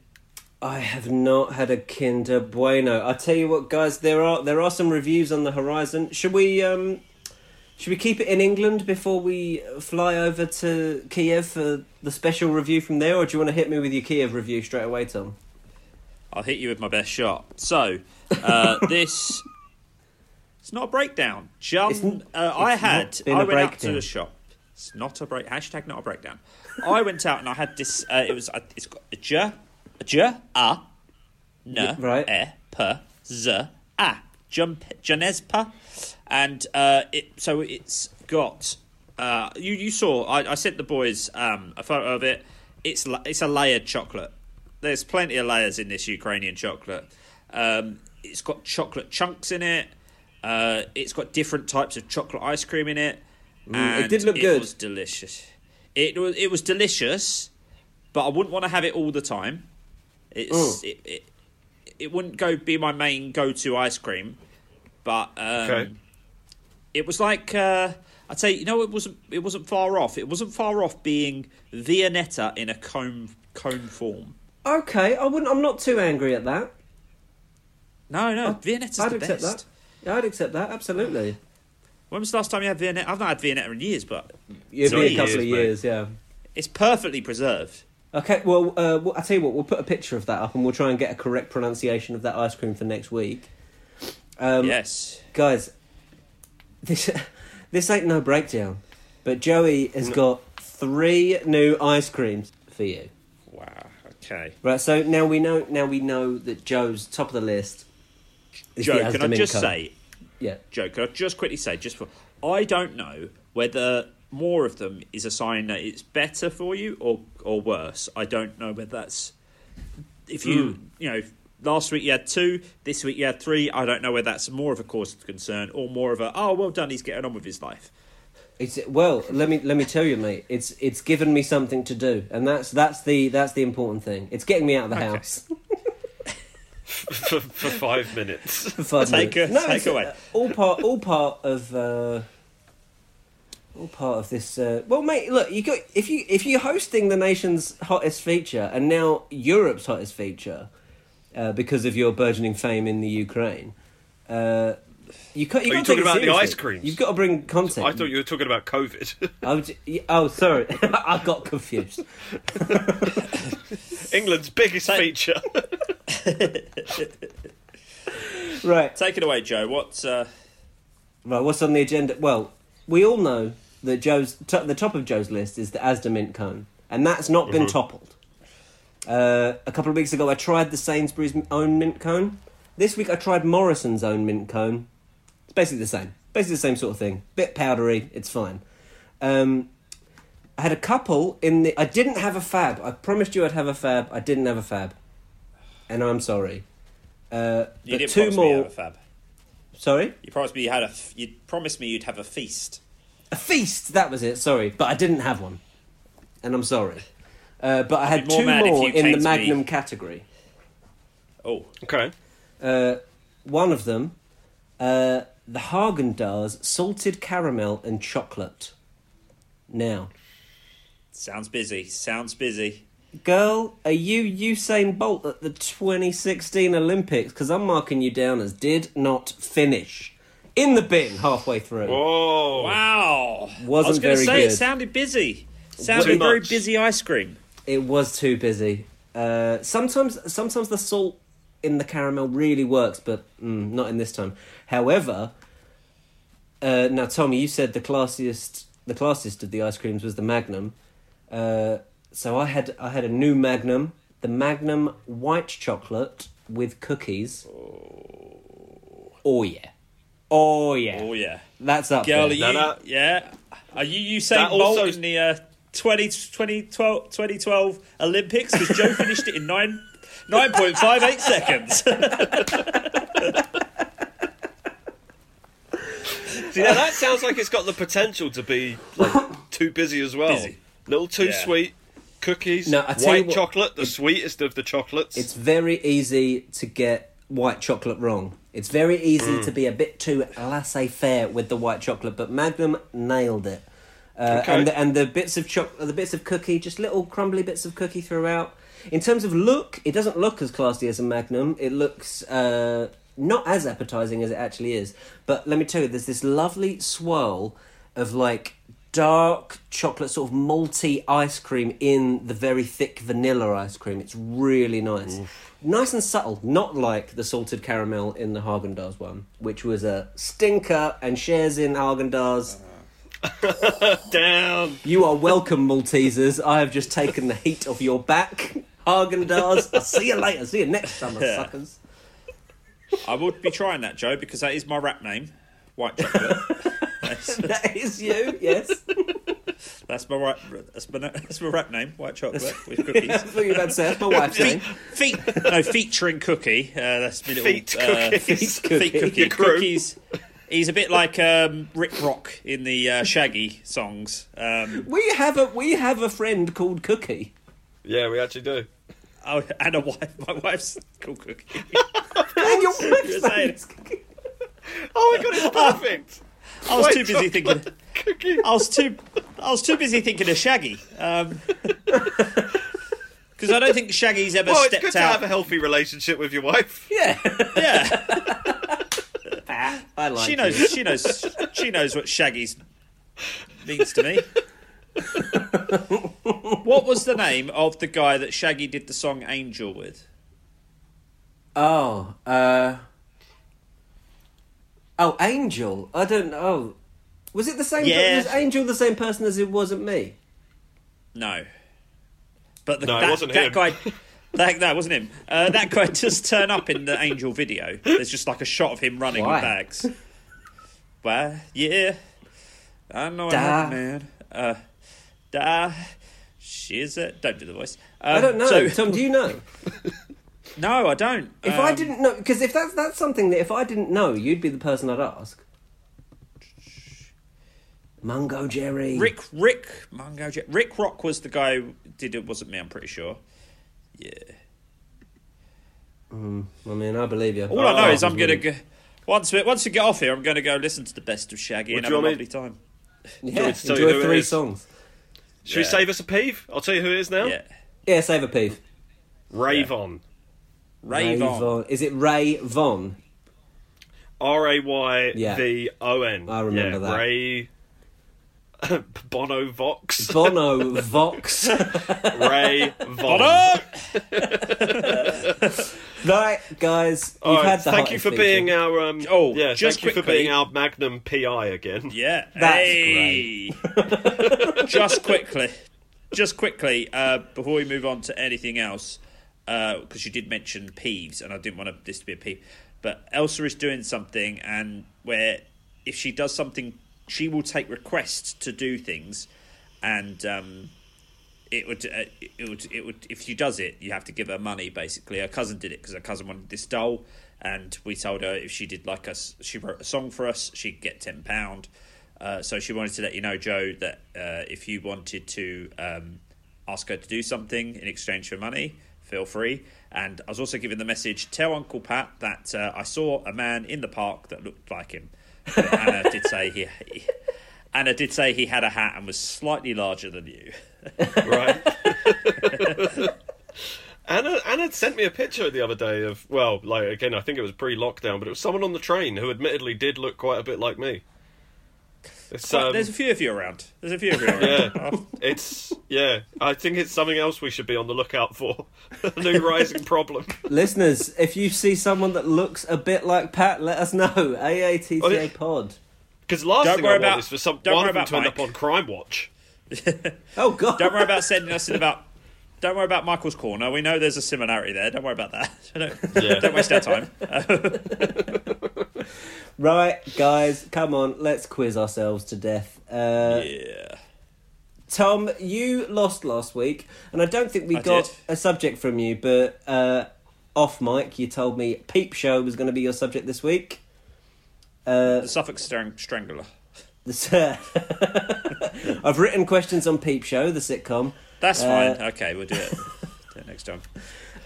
Speaker 4: I have not had a Kinder Bueno. I tell you what, guys, there are there are some reviews on the horizon. Should we um, should we keep it in England before we fly over to Kiev for the special review from there, or do you want to hit me with your Kiev review straight away, Tom?
Speaker 2: I'll hit you with my best shot. So, uh, this it's not a breakdown. John,
Speaker 4: It's-
Speaker 2: uh, I
Speaker 4: it's
Speaker 2: had
Speaker 4: not
Speaker 2: I
Speaker 4: been a
Speaker 2: went out to
Speaker 4: breakdown.
Speaker 2: the shop. It's not a break. Hashtag not a breakdown. I went out and I had this. Uh, it was uh, it's got a j a j a n
Speaker 4: right.
Speaker 2: e p z a jump janespa, and uh, it so it's got. Uh, you you saw I, I sent the boys um, a photo of it. It's la- it's a layered chocolate. There's plenty of layers in this Ukrainian chocolate. Um, it's got chocolate chunks in it. Uh, it's got different types of chocolate ice cream in it. and
Speaker 4: Mm, did look good.
Speaker 2: was delicious. It was it was delicious, but I wouldn't want to have it all the time. It's it, it it wouldn't go be my main go to ice cream, but um,
Speaker 3: Okay.
Speaker 2: it was like uh, I'd say you know it wasn't it wasn't far off. It wasn't far off being Viennetta in a cone cone form.
Speaker 4: Okay, I wouldn't. I'm not too angry at that.
Speaker 2: No, no, Viennetta's
Speaker 4: I'd
Speaker 2: the
Speaker 4: accept
Speaker 2: best.
Speaker 4: that. Yeah, I'd accept that absolutely.
Speaker 2: When was the last time you had Viennetta? I've not had Viennetta in years, but
Speaker 4: It'd
Speaker 2: Three
Speaker 4: be a
Speaker 3: years,
Speaker 4: couple of
Speaker 3: mate.
Speaker 4: years, yeah.
Speaker 2: it's perfectly preserved.
Speaker 4: Okay, well, uh, well, I tell you what, we'll put a picture of that up, and we'll try and get a correct pronunciation of that ice cream for next week. Um,
Speaker 2: yes.
Speaker 4: guys, this this ain't no breakdown, but Joey has got three new ice creams for you.
Speaker 2: Wow. Okay.
Speaker 4: Right, so now we know now we know that Joe's top of the list. Is
Speaker 2: Joe,
Speaker 4: the
Speaker 2: can I just
Speaker 4: Asdominco.
Speaker 2: say
Speaker 4: Yeah.
Speaker 2: Joe, could I just quickly say, just for I don't know whether more of them is a sign that it's better for you or or worse. I don't know whether that's if you
Speaker 4: Hmm.
Speaker 2: you know if last week you had two, this week you had three. I don't know whether that's more of a cause of concern or more of a oh well done, he's getting on with his life.
Speaker 4: It's well, let me let me tell you, mate. It's it's given me something to do, and that's that's the that's the important thing. It's getting me out of the house.
Speaker 3: for, for five minutes.
Speaker 4: for five
Speaker 2: Take
Speaker 4: minutes.
Speaker 2: a- take
Speaker 4: it's, uh,
Speaker 2: away.
Speaker 4: all part, all part of, uh, all part of this. Uh, well, mate, look, you got if you if you're hosting the nation's hottest feature and now Europe's hottest feature uh, because of your burgeoning fame in the Ukraine. Uh, you can't, you
Speaker 3: Are you
Speaker 4: gotta
Speaker 3: talking
Speaker 4: take it
Speaker 3: about the
Speaker 4: seriously.
Speaker 3: ice creams?
Speaker 4: You've got to bring content.
Speaker 3: I thought you were talking about COVID.
Speaker 4: I was- oh, sorry, I got confused.
Speaker 3: England's biggest feature.
Speaker 4: Right,
Speaker 2: Take it away, Joe. What's uh,
Speaker 4: Right, what's on the agenda? Well, we all know that Joe's t- the top of Joe's list is the Asda mint cone, and that's not been toppled. Uh, a couple of weeks ago, I tried the Sainsbury's m- own mint cone. This week, I tried Morrison's own mint cone. It's basically the same, basically the same sort of thing. Bit powdery, it's fine. Um, I had a couple in the. I didn't have a fab. I promised you I'd have a fab. I didn't have a fab, and I'm sorry. Uh,
Speaker 2: you
Speaker 4: but
Speaker 2: didn't
Speaker 4: two
Speaker 2: promise me
Speaker 4: more.
Speaker 2: out of fab.
Speaker 4: Sorry,
Speaker 2: You promised me you had a. f- You promised me you'd have a feast.
Speaker 4: a feast. That was it. Sorry, but I didn't have one, and I'm sorry. Uh, but I had
Speaker 2: be more
Speaker 4: two
Speaker 2: mad if
Speaker 4: more
Speaker 2: you
Speaker 4: in
Speaker 2: came
Speaker 4: the
Speaker 2: to me-
Speaker 4: Magnum category.
Speaker 2: Oh,
Speaker 3: Okay.
Speaker 4: Uh, one of them, uh, the Haagen Dazs salted caramel and chocolate. Now,
Speaker 2: sounds busy. Sounds busy.
Speaker 4: girl, are you Usain Bolt at the 2016 Olympics? Because I'm marking you down as did not finish in the bin halfway through.
Speaker 3: Oh.
Speaker 2: Wow. I was
Speaker 4: Wasn't
Speaker 2: going to
Speaker 4: very
Speaker 2: say it
Speaker 4: good.
Speaker 2: sounded busy. Sounded
Speaker 3: Too
Speaker 2: very
Speaker 3: much.
Speaker 2: busy ice cream.
Speaker 4: It was too busy. Uh, sometimes, sometimes the salt in the caramel really works, but mm, not in this time. However, uh, now Tommy, you said the classiest, the classiest of the ice creams was the Magnum. Uh, so I had, I had a new Magnum, the Magnum white chocolate with cookies. Oh yeah, oh yeah,
Speaker 2: Oh yeah,
Speaker 4: that's up
Speaker 2: girl. Are
Speaker 4: there.
Speaker 2: you,
Speaker 3: no.
Speaker 2: Yeah. Are you Usain
Speaker 3: That
Speaker 2: Bolt
Speaker 3: also-
Speaker 2: in the uh, 20, 2012, 2012 Olympics? Because Joe finished it in nine nine point five eight seconds.
Speaker 3: See, now that sounds like it's got the potential to be like, too busy as well.
Speaker 2: Busy.
Speaker 3: Little too
Speaker 2: Yeah.
Speaker 3: sweet. Cookies,
Speaker 4: No, I tell you
Speaker 3: white
Speaker 4: what-
Speaker 3: chocolate, the sweetest of the chocolates.
Speaker 4: It's very easy to get white chocolate wrong. It's very easy to be a bit too laissez-faire with the white chocolate, but Magnum nailed it. Uh,
Speaker 3: Okay.
Speaker 4: And the, and the bits of choc- the bits of cookie, just little crumbly bits of cookie throughout. In terms of look, it doesn't look as classy as a Magnum. It looks uh, not as appetizing as it actually is. But let me tell you, there's this lovely swirl of like dark chocolate, sort of malty ice cream in the very thick vanilla ice cream. It's really nice. Nice and subtle, not like the salted caramel in the Haagen Dazs one, which was a stinker and shares in Haagen Dazs.
Speaker 3: down.
Speaker 4: You are welcome, Maltesers. I have just taken the heat off your back. Haagen Dazs. I'll see you later. See you next summer, suckers.
Speaker 2: I would be trying that, Joe, because that is my rap name. White chocolate. that's,
Speaker 4: That is you, yes.
Speaker 2: that's my right. That's my, that's my rap name. White chocolate with cookies.
Speaker 4: I thought you were about to say that's my wife's name.
Speaker 2: Feet, no, featuring Cookie. Uh, that's my little
Speaker 3: Feet
Speaker 2: uh,
Speaker 3: cookies.
Speaker 2: feet cookie.
Speaker 4: Feet Cookie.
Speaker 3: Your crew.
Speaker 2: Cookies. He's a bit like um, Rick Rock in the uh, Shaggy songs. Um,
Speaker 4: We have a we have a friend called Cookie.
Speaker 3: Yeah, we actually do.
Speaker 2: oh, and a wife. My wife's called Cookie.
Speaker 4: And your
Speaker 2: You're
Speaker 4: wife's
Speaker 2: saying
Speaker 4: name
Speaker 2: it.
Speaker 4: is Cookie.
Speaker 3: Oh my god, it's perfect.
Speaker 2: I was too busy thinking.
Speaker 3: Cookie.
Speaker 2: I was too. I was too busy thinking of Shaggy. Um 'cause because I don't think Shaggy's ever
Speaker 3: Well, Oh, it's
Speaker 2: stepped
Speaker 3: good to
Speaker 2: out.
Speaker 3: have a healthy relationship with your wife.
Speaker 4: Yeah.
Speaker 2: yeah,
Speaker 4: I like
Speaker 2: she knows. She knows. She knows what Shaggy's means to me. what was the name of the guy that Shaggy did the song Angel with?
Speaker 4: Oh, uh Oh, Angel. I don't know. Was it the same
Speaker 2: Yeah.
Speaker 4: was Angel the same person as it wasn't me?
Speaker 2: No, but the,
Speaker 3: No, it
Speaker 2: that,
Speaker 3: wasn't
Speaker 2: that
Speaker 3: him.
Speaker 2: guy. That, that wasn't him. Uh, that guy does turn up in the Angel video. There's just like a shot of him running
Speaker 4: Why?
Speaker 2: with bags. Well, yeah, I know
Speaker 4: Da.
Speaker 2: that man. Uh, da, she's a. Don't do the voice. Um,
Speaker 4: I don't know.
Speaker 2: so-
Speaker 4: Tom, do you know?
Speaker 2: no, I don't.
Speaker 4: If I
Speaker 2: Um,
Speaker 4: didn't know, because if that's that's something that if I didn't know, you'd be the person I'd ask. Mungo Jerry.
Speaker 2: Rick Rick Mungo Jack- Rick Rock was the guy who did it wasn't me I'm pretty sure. Yeah.
Speaker 4: I mean, I believe you.
Speaker 2: All
Speaker 3: Oh,
Speaker 2: I know is I'm gonna go once we once we get off here I'm gonna go listen to the best of Shaggy
Speaker 3: Well,
Speaker 2: and
Speaker 3: do
Speaker 2: have
Speaker 3: you
Speaker 2: a
Speaker 3: want me-
Speaker 2: lovely time.
Speaker 4: Yeah,
Speaker 3: me to tell you who
Speaker 4: enjoy
Speaker 3: it
Speaker 4: three
Speaker 3: is?
Speaker 4: songs.
Speaker 3: Should we
Speaker 2: Yeah.
Speaker 3: save us a peeve? I'll tell you who it is now.
Speaker 2: Yeah.
Speaker 4: Yeah, save a peeve.
Speaker 3: Rave on.
Speaker 2: Ray Vaughn.
Speaker 4: Is it Ray Von?
Speaker 3: R A Y V O N.
Speaker 4: I remember
Speaker 3: yeah,
Speaker 4: that.
Speaker 3: Ray Bono Vox.
Speaker 4: Bono Vox.
Speaker 3: Ray Von.
Speaker 2: Oh!
Speaker 4: right, guys, you've
Speaker 3: All right,
Speaker 4: had the
Speaker 3: thank you
Speaker 4: hottest
Speaker 3: for
Speaker 4: feature.
Speaker 3: being our um,
Speaker 2: Oh,
Speaker 3: yeah,
Speaker 2: just
Speaker 3: thank you for
Speaker 2: quickly-
Speaker 3: being our Magnum PI again.
Speaker 2: Yeah.
Speaker 4: That's
Speaker 2: hey. Just quickly. Just quickly, uh, before we move on to anything else, because you did mention peeves, and I didn't want to, this to be a peeve, but Elsa is doing something, and where if she does something, she will take requests to do things, and um, it would, uh, it would, it would. If she does it, you have to give her money. Basically, her cousin did it because her cousin wanted this doll, and we told her if she did like us, she wrote a song for us, she'd get ten pound. Uh, so she wanted to let you know, Joe, that uh, if you wanted to um, ask her to do something in exchange for money, feel free. And I was also given the message: tell Uncle Pat that uh, I saw a man in the park that looked like him. But Anna did say he, he- Anna did say he had a hat and was slightly larger than you.
Speaker 3: right? Anna, Anna sent me a picture the other day of, well, like, again, I think it was pre lockdown, but it was someone on the train who admittedly did look quite a bit like me. It's,
Speaker 2: Quite-
Speaker 3: um,
Speaker 2: there's a few of you around. There's a few of you around.
Speaker 3: Yeah.
Speaker 2: Oh,
Speaker 3: it's, yeah, I think it's something else we should be on the lookout for. a new rising problem.
Speaker 4: Listeners, if you see someone that looks a bit like Pat, let us know.
Speaker 3: Oh,
Speaker 4: AATTA
Speaker 3: yeah.
Speaker 4: Pod.
Speaker 3: Because last
Speaker 2: Don't
Speaker 3: thing
Speaker 2: worry
Speaker 3: I
Speaker 2: about-
Speaker 3: want is for some,
Speaker 2: don't
Speaker 3: one
Speaker 2: worry
Speaker 3: of them
Speaker 2: about
Speaker 3: to end up
Speaker 2: Mike.
Speaker 3: on Crime Watch.
Speaker 4: Oh God!
Speaker 2: don't worry about sending us in about. Don't worry about Michael's corner. We know there's a similarity there. Don't worry about that. Don't,
Speaker 3: Yeah.
Speaker 2: don't waste our time. Uh,
Speaker 4: Right, guys, come on, let's quiz ourselves to death. Uh,
Speaker 2: yeah.
Speaker 4: Tom, you lost last week, and I don't think we
Speaker 2: I
Speaker 4: got
Speaker 2: did.
Speaker 4: a subject from you, but uh, off mic, you told me Peep Show was going to be your subject this week.
Speaker 2: The Suffolk Strang- Strangler.
Speaker 4: This- I've written questions on Peep Show, the sitcom.
Speaker 2: That's
Speaker 4: Uh,
Speaker 2: fine. Okay, we'll do it. do it next time.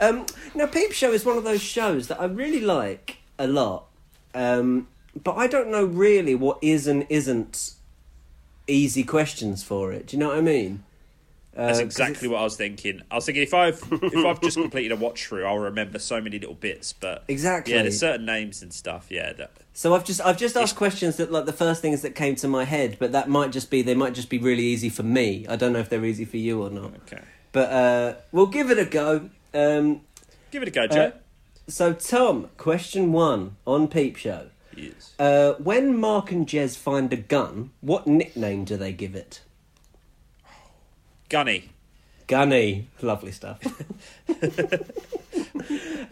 Speaker 4: Um, now, Peep Show is one of those shows that I really like a lot, um, but I don't know really what is and isn't easy questions for it. Do you know what I mean?
Speaker 2: That's
Speaker 4: Uh, 'cause
Speaker 2: exactly what I was thinking. I was thinking if I've if I've just completed a watch through, I'll remember so many little bits. But
Speaker 4: Exactly.
Speaker 2: yeah, there's certain names and stuff. Yeah, that,
Speaker 4: So I've just I've just asked questions that like the first things that came to my head, but that might just be they might just be really easy for me. I don't know if they're easy for you or not.
Speaker 2: okay.
Speaker 4: But uh, we'll give it a go. Um,
Speaker 2: Give it a go, Joe.
Speaker 4: so Tom, question one on Peep Show:
Speaker 2: yes.
Speaker 4: uh, When Mark and Jez find a gun, what nickname do they give it?
Speaker 2: Gunny.
Speaker 4: Gunny, lovely stuff.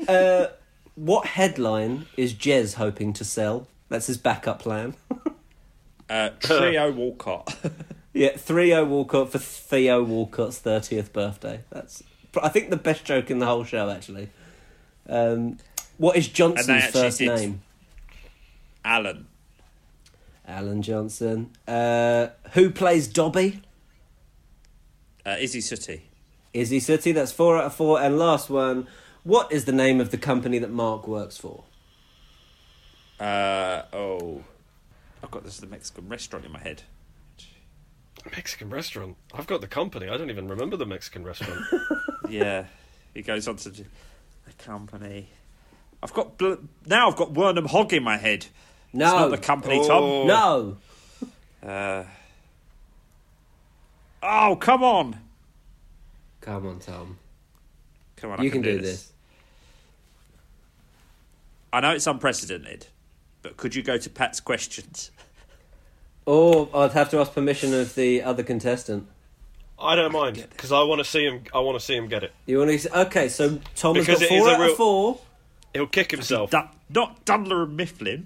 Speaker 4: uh, what headline is Jez hoping to sell? That's his backup plan.
Speaker 2: Uh, Trio Walcott.
Speaker 4: Yeah, 3-0 Walcott for Theo Walcott's 30th birthday. That's, I think, the best joke in the whole show, actually. Um, what is
Speaker 2: And they
Speaker 4: Johnson's
Speaker 2: actually
Speaker 4: first
Speaker 2: did.
Speaker 4: name?
Speaker 2: Alan.
Speaker 4: Alan Johnson. Uh, who plays Dobby?
Speaker 2: Uh, Izzy Sooty.
Speaker 4: Izzy City, that's four out of four. And last one, what is the name of the company that Mark works for?
Speaker 2: Uh, oh, I've got this is the Mexican restaurant in my head.
Speaker 3: Mexican restaurant. I've got the company. I don't even remember the Mexican restaurant.
Speaker 2: Yeah, he goes on to do- the company. I've got bl- now. I've got Wernham Hog in my head. It's
Speaker 4: No.
Speaker 2: not the company,
Speaker 3: Oh.
Speaker 4: No.
Speaker 2: Tom. Oh, come on,
Speaker 4: Come on, Tom.
Speaker 2: come on. I
Speaker 4: You can, do this.
Speaker 2: I know it's unprecedented, but could you go to Pat's questions?
Speaker 4: Or I'd have to ask permission of the other contestant.
Speaker 3: I don't mind because I want to see him. I want to see him get it.
Speaker 4: You want to? Okay, so Tom
Speaker 3: Because
Speaker 4: has
Speaker 3: it
Speaker 4: got
Speaker 3: is
Speaker 4: four
Speaker 3: a
Speaker 4: out
Speaker 3: real-
Speaker 4: of four.
Speaker 3: He'll kick himself.
Speaker 2: Dun- not Dunler and Mifflin.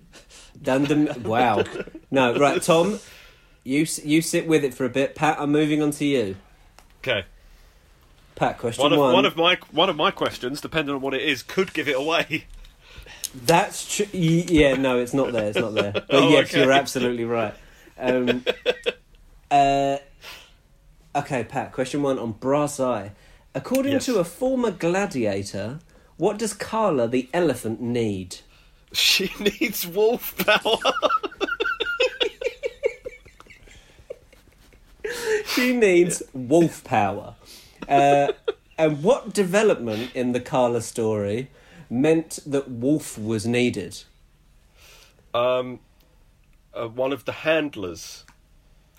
Speaker 4: Dundum. Wow. No, right, Tom. You s- you sit with it for a bit. Pat, I'm moving on to you.
Speaker 3: Okay.
Speaker 4: Pat, question
Speaker 3: One
Speaker 4: one.
Speaker 3: of, one of my one of my questions, depending on what it is, could give it away.
Speaker 4: That's true. Yeah, no, it's not there. It's not there. But
Speaker 3: Oh,
Speaker 4: yes,
Speaker 3: okay.
Speaker 4: you're absolutely right. Um, uh, okay, Pat. Question one on Brass Eye. According
Speaker 3: Yes.
Speaker 4: to a former gladiator, what does Carla the elephant need?
Speaker 3: She needs wolf power.
Speaker 4: She needs wolf power. Uh, and what development in the Carla story meant that wolf was needed?
Speaker 3: um, uh, one of the handlers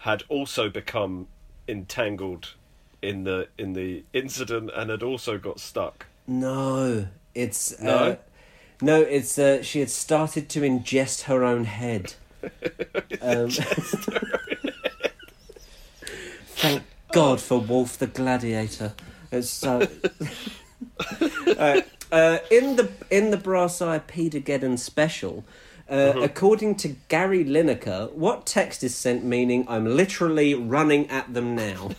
Speaker 3: had also become entangled in the in the incident and had also got stuck.
Speaker 4: No, it's uh,
Speaker 3: No?
Speaker 4: no, it's uh, she had started to ingest her own head. Um, Thank God for Wolf the Gladiator. It's uh, so. All right. Uh, in the in the Brass Eye Peter Geddon special, Uh, according to Gary Lineker, what text is sent meaning I'm literally running at them now?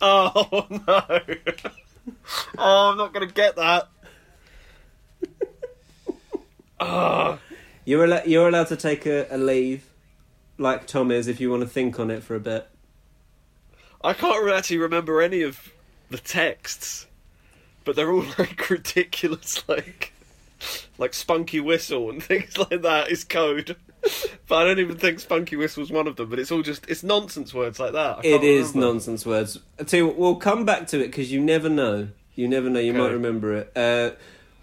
Speaker 3: Oh no! oh, I'm not gonna get that.
Speaker 4: You're al- you're allowed to take a, a leave, like Tom is, if you want to think on it for a bit.
Speaker 3: I can't re- actually remember any of the texts, but they're all like ridiculous, like like Spunky Whistle and things like that is code. But I don't even think Spunky Whistle's one of them. But it's all just it's nonsense words like that. I
Speaker 4: It
Speaker 3: can't
Speaker 4: is
Speaker 3: remember.
Speaker 4: nonsense words. I tell you what, we'll come back to it because you never know. You never know. You might
Speaker 3: Okay.
Speaker 4: remember it. Uh,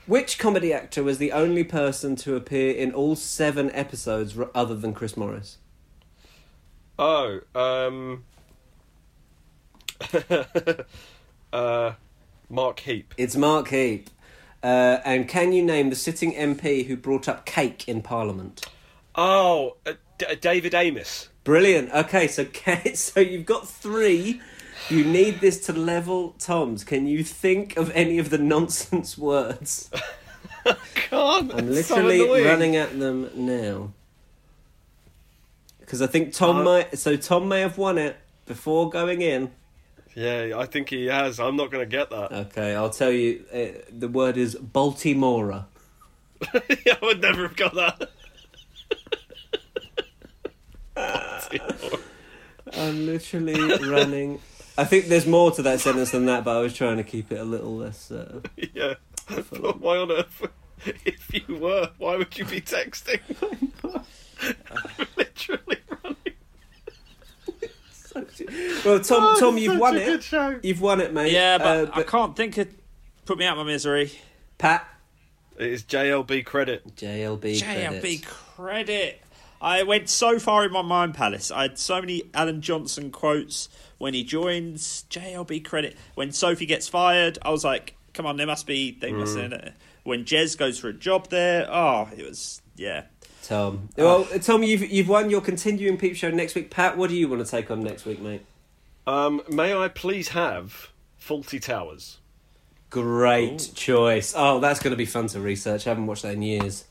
Speaker 4: which comedy actor was the only person to appear in all seven episodes r- other than Chris Morris?
Speaker 3: Oh, um, uh, Mark Heap.
Speaker 4: It's Mark Heap. Uh, and can you name the sitting MP who brought up cake in Parliament?
Speaker 3: Oh, uh, D- David Amos.
Speaker 4: Brilliant. Okay, so can, so you've got three. You need this to level Tom's. Can you think of any of the nonsense words?
Speaker 3: God,
Speaker 4: I'm
Speaker 3: that's so
Speaker 4: literally
Speaker 3: annoying.
Speaker 4: running at them now. Because I think Tom
Speaker 3: Uh,
Speaker 4: might. So Tom may have won it before going in.
Speaker 3: Yeah, I think he has. I'm not going to get that.
Speaker 4: Okay, I'll tell you. Uh, the word is Baltimora.
Speaker 3: I would never have got that.
Speaker 4: I'm literally running. I think there's more to that sentence than that, but I was trying to keep it a little less. Uh...
Speaker 3: yeah. Why on earth? If you were, why would you be texting? literally running.
Speaker 4: Well, Tom,
Speaker 3: Oh,
Speaker 4: Tom,
Speaker 3: it's
Speaker 4: you've
Speaker 3: such
Speaker 4: won
Speaker 3: a good
Speaker 4: it.
Speaker 3: show.
Speaker 4: You've won it, mate.
Speaker 2: Yeah,
Speaker 4: Uh,
Speaker 2: but, I can't think of. Put me out of my misery.
Speaker 4: Pat
Speaker 3: It is JLB credit.
Speaker 4: JLB.
Speaker 2: JLB
Speaker 4: credits.
Speaker 2: credit. I went so far in my mind palace. I had so many Alan Johnson quotes when he joins. JLB credit. When Sophie gets fired, I was like, come on, there must be. They must When Jez goes for a job there, oh, it was. Yeah.
Speaker 4: Tom. Well, Tom, you've you've won your continuing peep show next week. Pat, what do you want to take on next week, mate?
Speaker 3: Um, may I please have Faulty Towers?
Speaker 4: Great choice. Oh, that's going to be fun to research. I haven't watched that in years.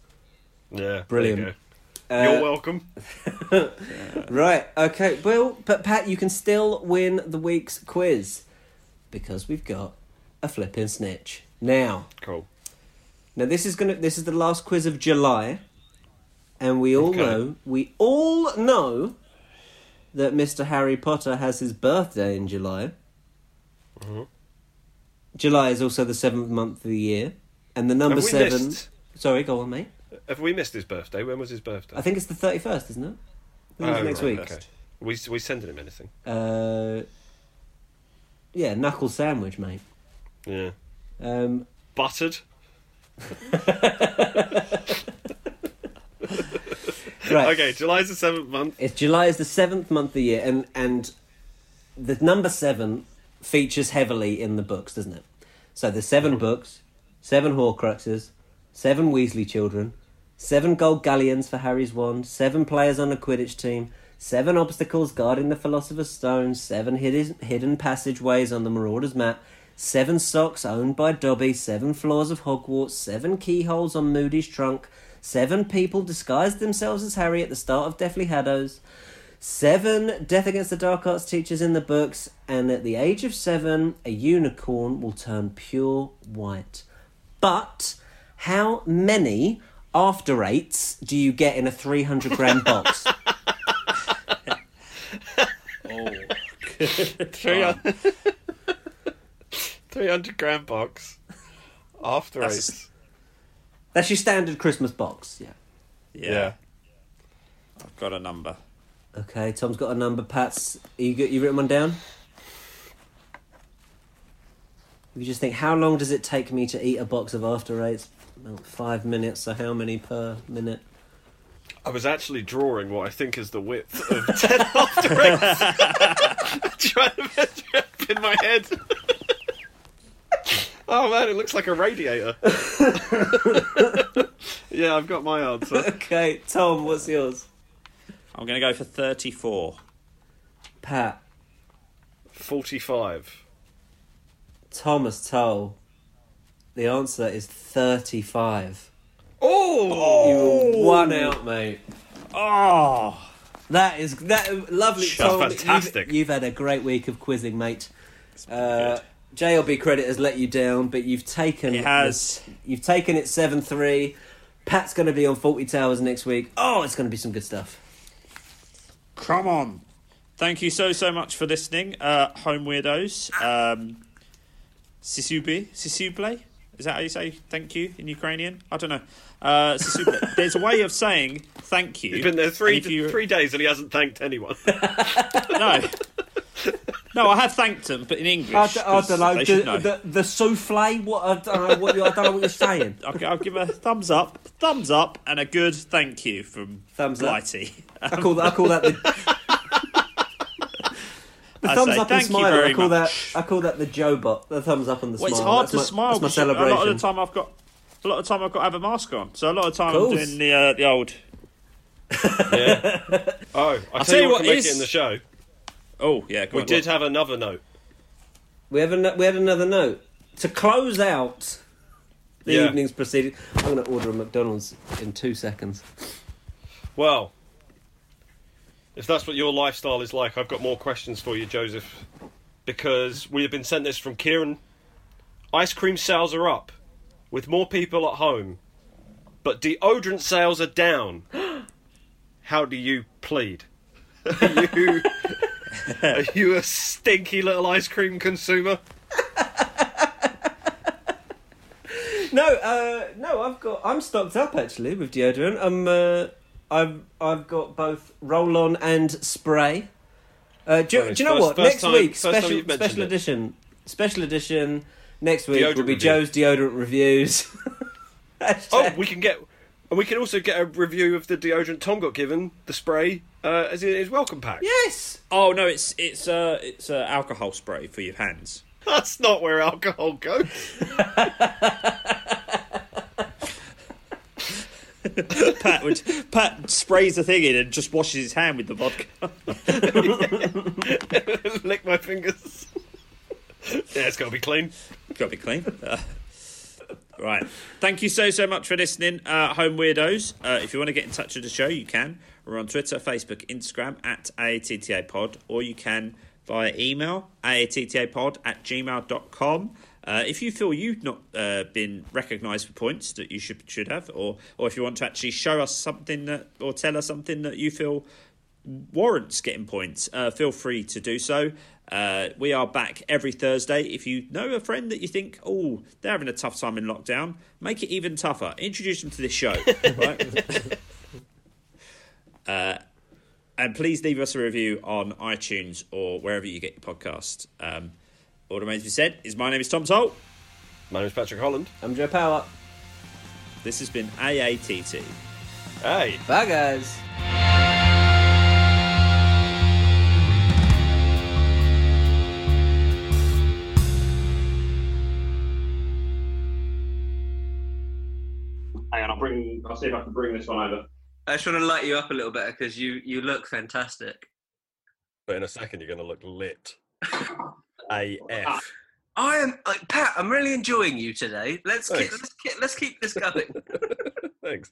Speaker 3: Yeah,
Speaker 4: Brilliant.
Speaker 3: There
Speaker 4: Uh,
Speaker 3: you are welcome.
Speaker 4: Right. Okay. Well, but Pat, you can still win the week's quiz because we've got a flipping snitch. Now,
Speaker 3: Cool.
Speaker 4: now this is gonna this is the last quiz of July, and we all
Speaker 3: Okay.
Speaker 4: know we all know that Mr. Harry Potter has his birthday in July.
Speaker 3: Mm-hmm.
Speaker 4: July is also the seventh month of the year, and the number
Speaker 3: Have we
Speaker 4: seven.
Speaker 3: missed-
Speaker 4: Sorry, go on, mate.
Speaker 3: Have we missed his birthday? When was his birthday?
Speaker 4: I think it's the thirty first, isn't it? I think it's
Speaker 3: Oh,
Speaker 4: next
Speaker 3: right,
Speaker 4: week.
Speaker 3: okay. We we sending him anything?
Speaker 4: Uh, yeah, knuckle sandwich, mate.
Speaker 3: Yeah.
Speaker 4: Um,
Speaker 3: Buttered.
Speaker 4: right.
Speaker 3: Okay, July's the seventh month.
Speaker 4: It's July is the seventh month of the year, and and the number seven features heavily in the books, doesn't it? So there's seven books, seven Horcruxes, seven Weasley children, seven gold galleons for Harry's wand, seven players on a Quidditch team, seven obstacles guarding the Philosopher's Stone, seven hidden hidden passageways on the Marauder's map. Seven socks owned by Dobby, seven floors of Hogwarts, seven keyholes on Moody's trunk, seven people disguised themselves as Harry at the start of Deathly Hallows, Seven Death Against the Dark Arts teachers in the books, and at the age of seven, a unicorn will turn pure white. But how many after eights do you get in a 300 gram box?
Speaker 3: Three hundred. Three hundred grand box. After
Speaker 2: That's-
Speaker 3: eight.
Speaker 4: That's your standard Christmas box. Yeah.
Speaker 2: Yeah. I've got a number.
Speaker 4: Okay, Tom's got a number. Pat's, you got, you written one down? You just think, how long does it take me to eat a box of after eights? About five minutes, so how many per minute?
Speaker 3: I was actually drawing what I think is the width of ten after eight. Trying to measure it up in my head. oh man, it looks like a radiator. yeah, I've got my answer.
Speaker 4: Okay, Tom, what's yours?
Speaker 2: I'm going to go for 34.
Speaker 4: Pat,
Speaker 3: Forty-five.
Speaker 4: Thomas Toll. The answer is 35.
Speaker 3: Oh,
Speaker 4: You were one out, mate.
Speaker 2: Oh,
Speaker 4: That is that lovely.
Speaker 2: Sure,
Speaker 4: Tom,
Speaker 3: fantastic.
Speaker 4: You've, you've had a great week of quizzing, mate. Uh, JLB credit has let you down, but you've taken
Speaker 2: It has.
Speaker 4: You've taken it seven three. Pat's going to be on Forty Towers next week. Oh, it's going to be some good stuff.
Speaker 2: come on. Thank you so, so much for listening, uh, Home Weirdos. Um, Sisubi? Sisuble? Is that how you say thank you in Ukrainian? I don't know. Uh, Sisuble. There's a way of saying thank you.
Speaker 3: He's been there three
Speaker 2: and if you-
Speaker 3: three days and he hasn't thanked anyone.
Speaker 2: No. No, I have thanked them, but in English.
Speaker 4: I, d- I
Speaker 2: 'cause
Speaker 4: don't know
Speaker 2: they
Speaker 4: the,
Speaker 2: should know.
Speaker 4: the the souffle. What I don't know what you, I don't know what you're saying.
Speaker 2: I'll, I'll give a thumbs up, thumbs up, and a good thank you from
Speaker 4: Thumbs up.
Speaker 2: Blighty.
Speaker 4: I call that I call that the, the
Speaker 2: I
Speaker 4: thumbs
Speaker 2: say
Speaker 4: up
Speaker 2: thank
Speaker 4: and
Speaker 2: you
Speaker 4: smile. I
Speaker 2: very
Speaker 4: call
Speaker 2: much.
Speaker 4: that I call that the Joe bot. The thumbs up and the
Speaker 2: Well,
Speaker 4: smile.
Speaker 2: it's hard
Speaker 4: That's
Speaker 2: to
Speaker 4: my,
Speaker 2: smile.
Speaker 4: That's
Speaker 2: because you- A
Speaker 4: my
Speaker 2: lot
Speaker 4: celebration.
Speaker 2: of the time I've got, a lot of time I've got to have a mask on. So a lot of time
Speaker 4: Cool.
Speaker 2: I'm doing the uh, the old.
Speaker 3: yeah. Oh, I tell, you what, can
Speaker 2: is-
Speaker 3: make it in the show.
Speaker 2: Oh yeah,
Speaker 3: We did have another note.
Speaker 4: We have an, we had another note to close out the
Speaker 3: Yeah.
Speaker 4: evening's proceedings. I'm going to order a McDonald's in two seconds.
Speaker 3: Well, if that's what your lifestyle is like, I've got more questions for you, Joseph, because we have been sent this from Kieran. Ice cream sales are up, with more people at home, but deodorant sales are down. How do you plead? Are you, are you a stinky little ice cream consumer?
Speaker 4: No, uh, no, I've got I'm stocked up actually with deodorant. I'm uh, I've I've got both roll on and spray. Uh, do, you-
Speaker 3: Right,
Speaker 4: do you know
Speaker 3: first-
Speaker 4: what?
Speaker 3: first
Speaker 4: Next
Speaker 3: time-
Speaker 4: week
Speaker 3: first time
Speaker 4: special
Speaker 3: you've mentioned
Speaker 4: special
Speaker 3: it.
Speaker 4: edition special edition. Next week
Speaker 3: Deodorant
Speaker 4: will be
Speaker 3: review.
Speaker 4: Joe's deodorant reviews.
Speaker 3: Oh, we can get, and we can also get a review of the deodorant Tom got given, the spray, uh, as in his welcome pack.
Speaker 4: yes.
Speaker 2: Oh no, it's it's uh it's uh, alcohol spray for your hands.
Speaker 3: That's not where alcohol goes.
Speaker 2: Pat would Pat sprays the thing in and just washes his hand with the vodka.
Speaker 3: Lick my fingers. yeah, it's got to be clean.
Speaker 2: Got to be clean. Uh, right. Thank you so, so much for listening, uh, Home Weirdos. Uh, if you want to get in touch with the show, you can. We're on Twitter, Facebook, Instagram at AATTA Pod, or you can via email, aattapod at gmail.com. Uh, if you feel you've not uh, been recognised for points that you should should have, or or if you want to actually show us something that, or tell us something that you feel warrants getting points, uh, feel free to do so. Uh, we are back every Thursday. If you know a friend that you think, oh, they're having a tough time in lockdown, make it even tougher. Introduce them to this show, right? uh, and please leave us a review on iTunes or wherever you get your podcast. Um, all that remains to be said is my name is Tom Toll.
Speaker 3: My name's Patrick Holland.
Speaker 4: I'm Joe Power.
Speaker 2: This has been AATT.
Speaker 3: Hey.
Speaker 4: Bye guys.
Speaker 5: Hang on, I'll bring. I'll see if I can bring this one over.
Speaker 7: I just want to light you up a little bit because you you look fantastic.
Speaker 3: But in a second, you're going to look lit. AF.
Speaker 7: I am like Pat. I'm really enjoying you today. Let's keep, let's keep let's keep this going.
Speaker 3: Thanks.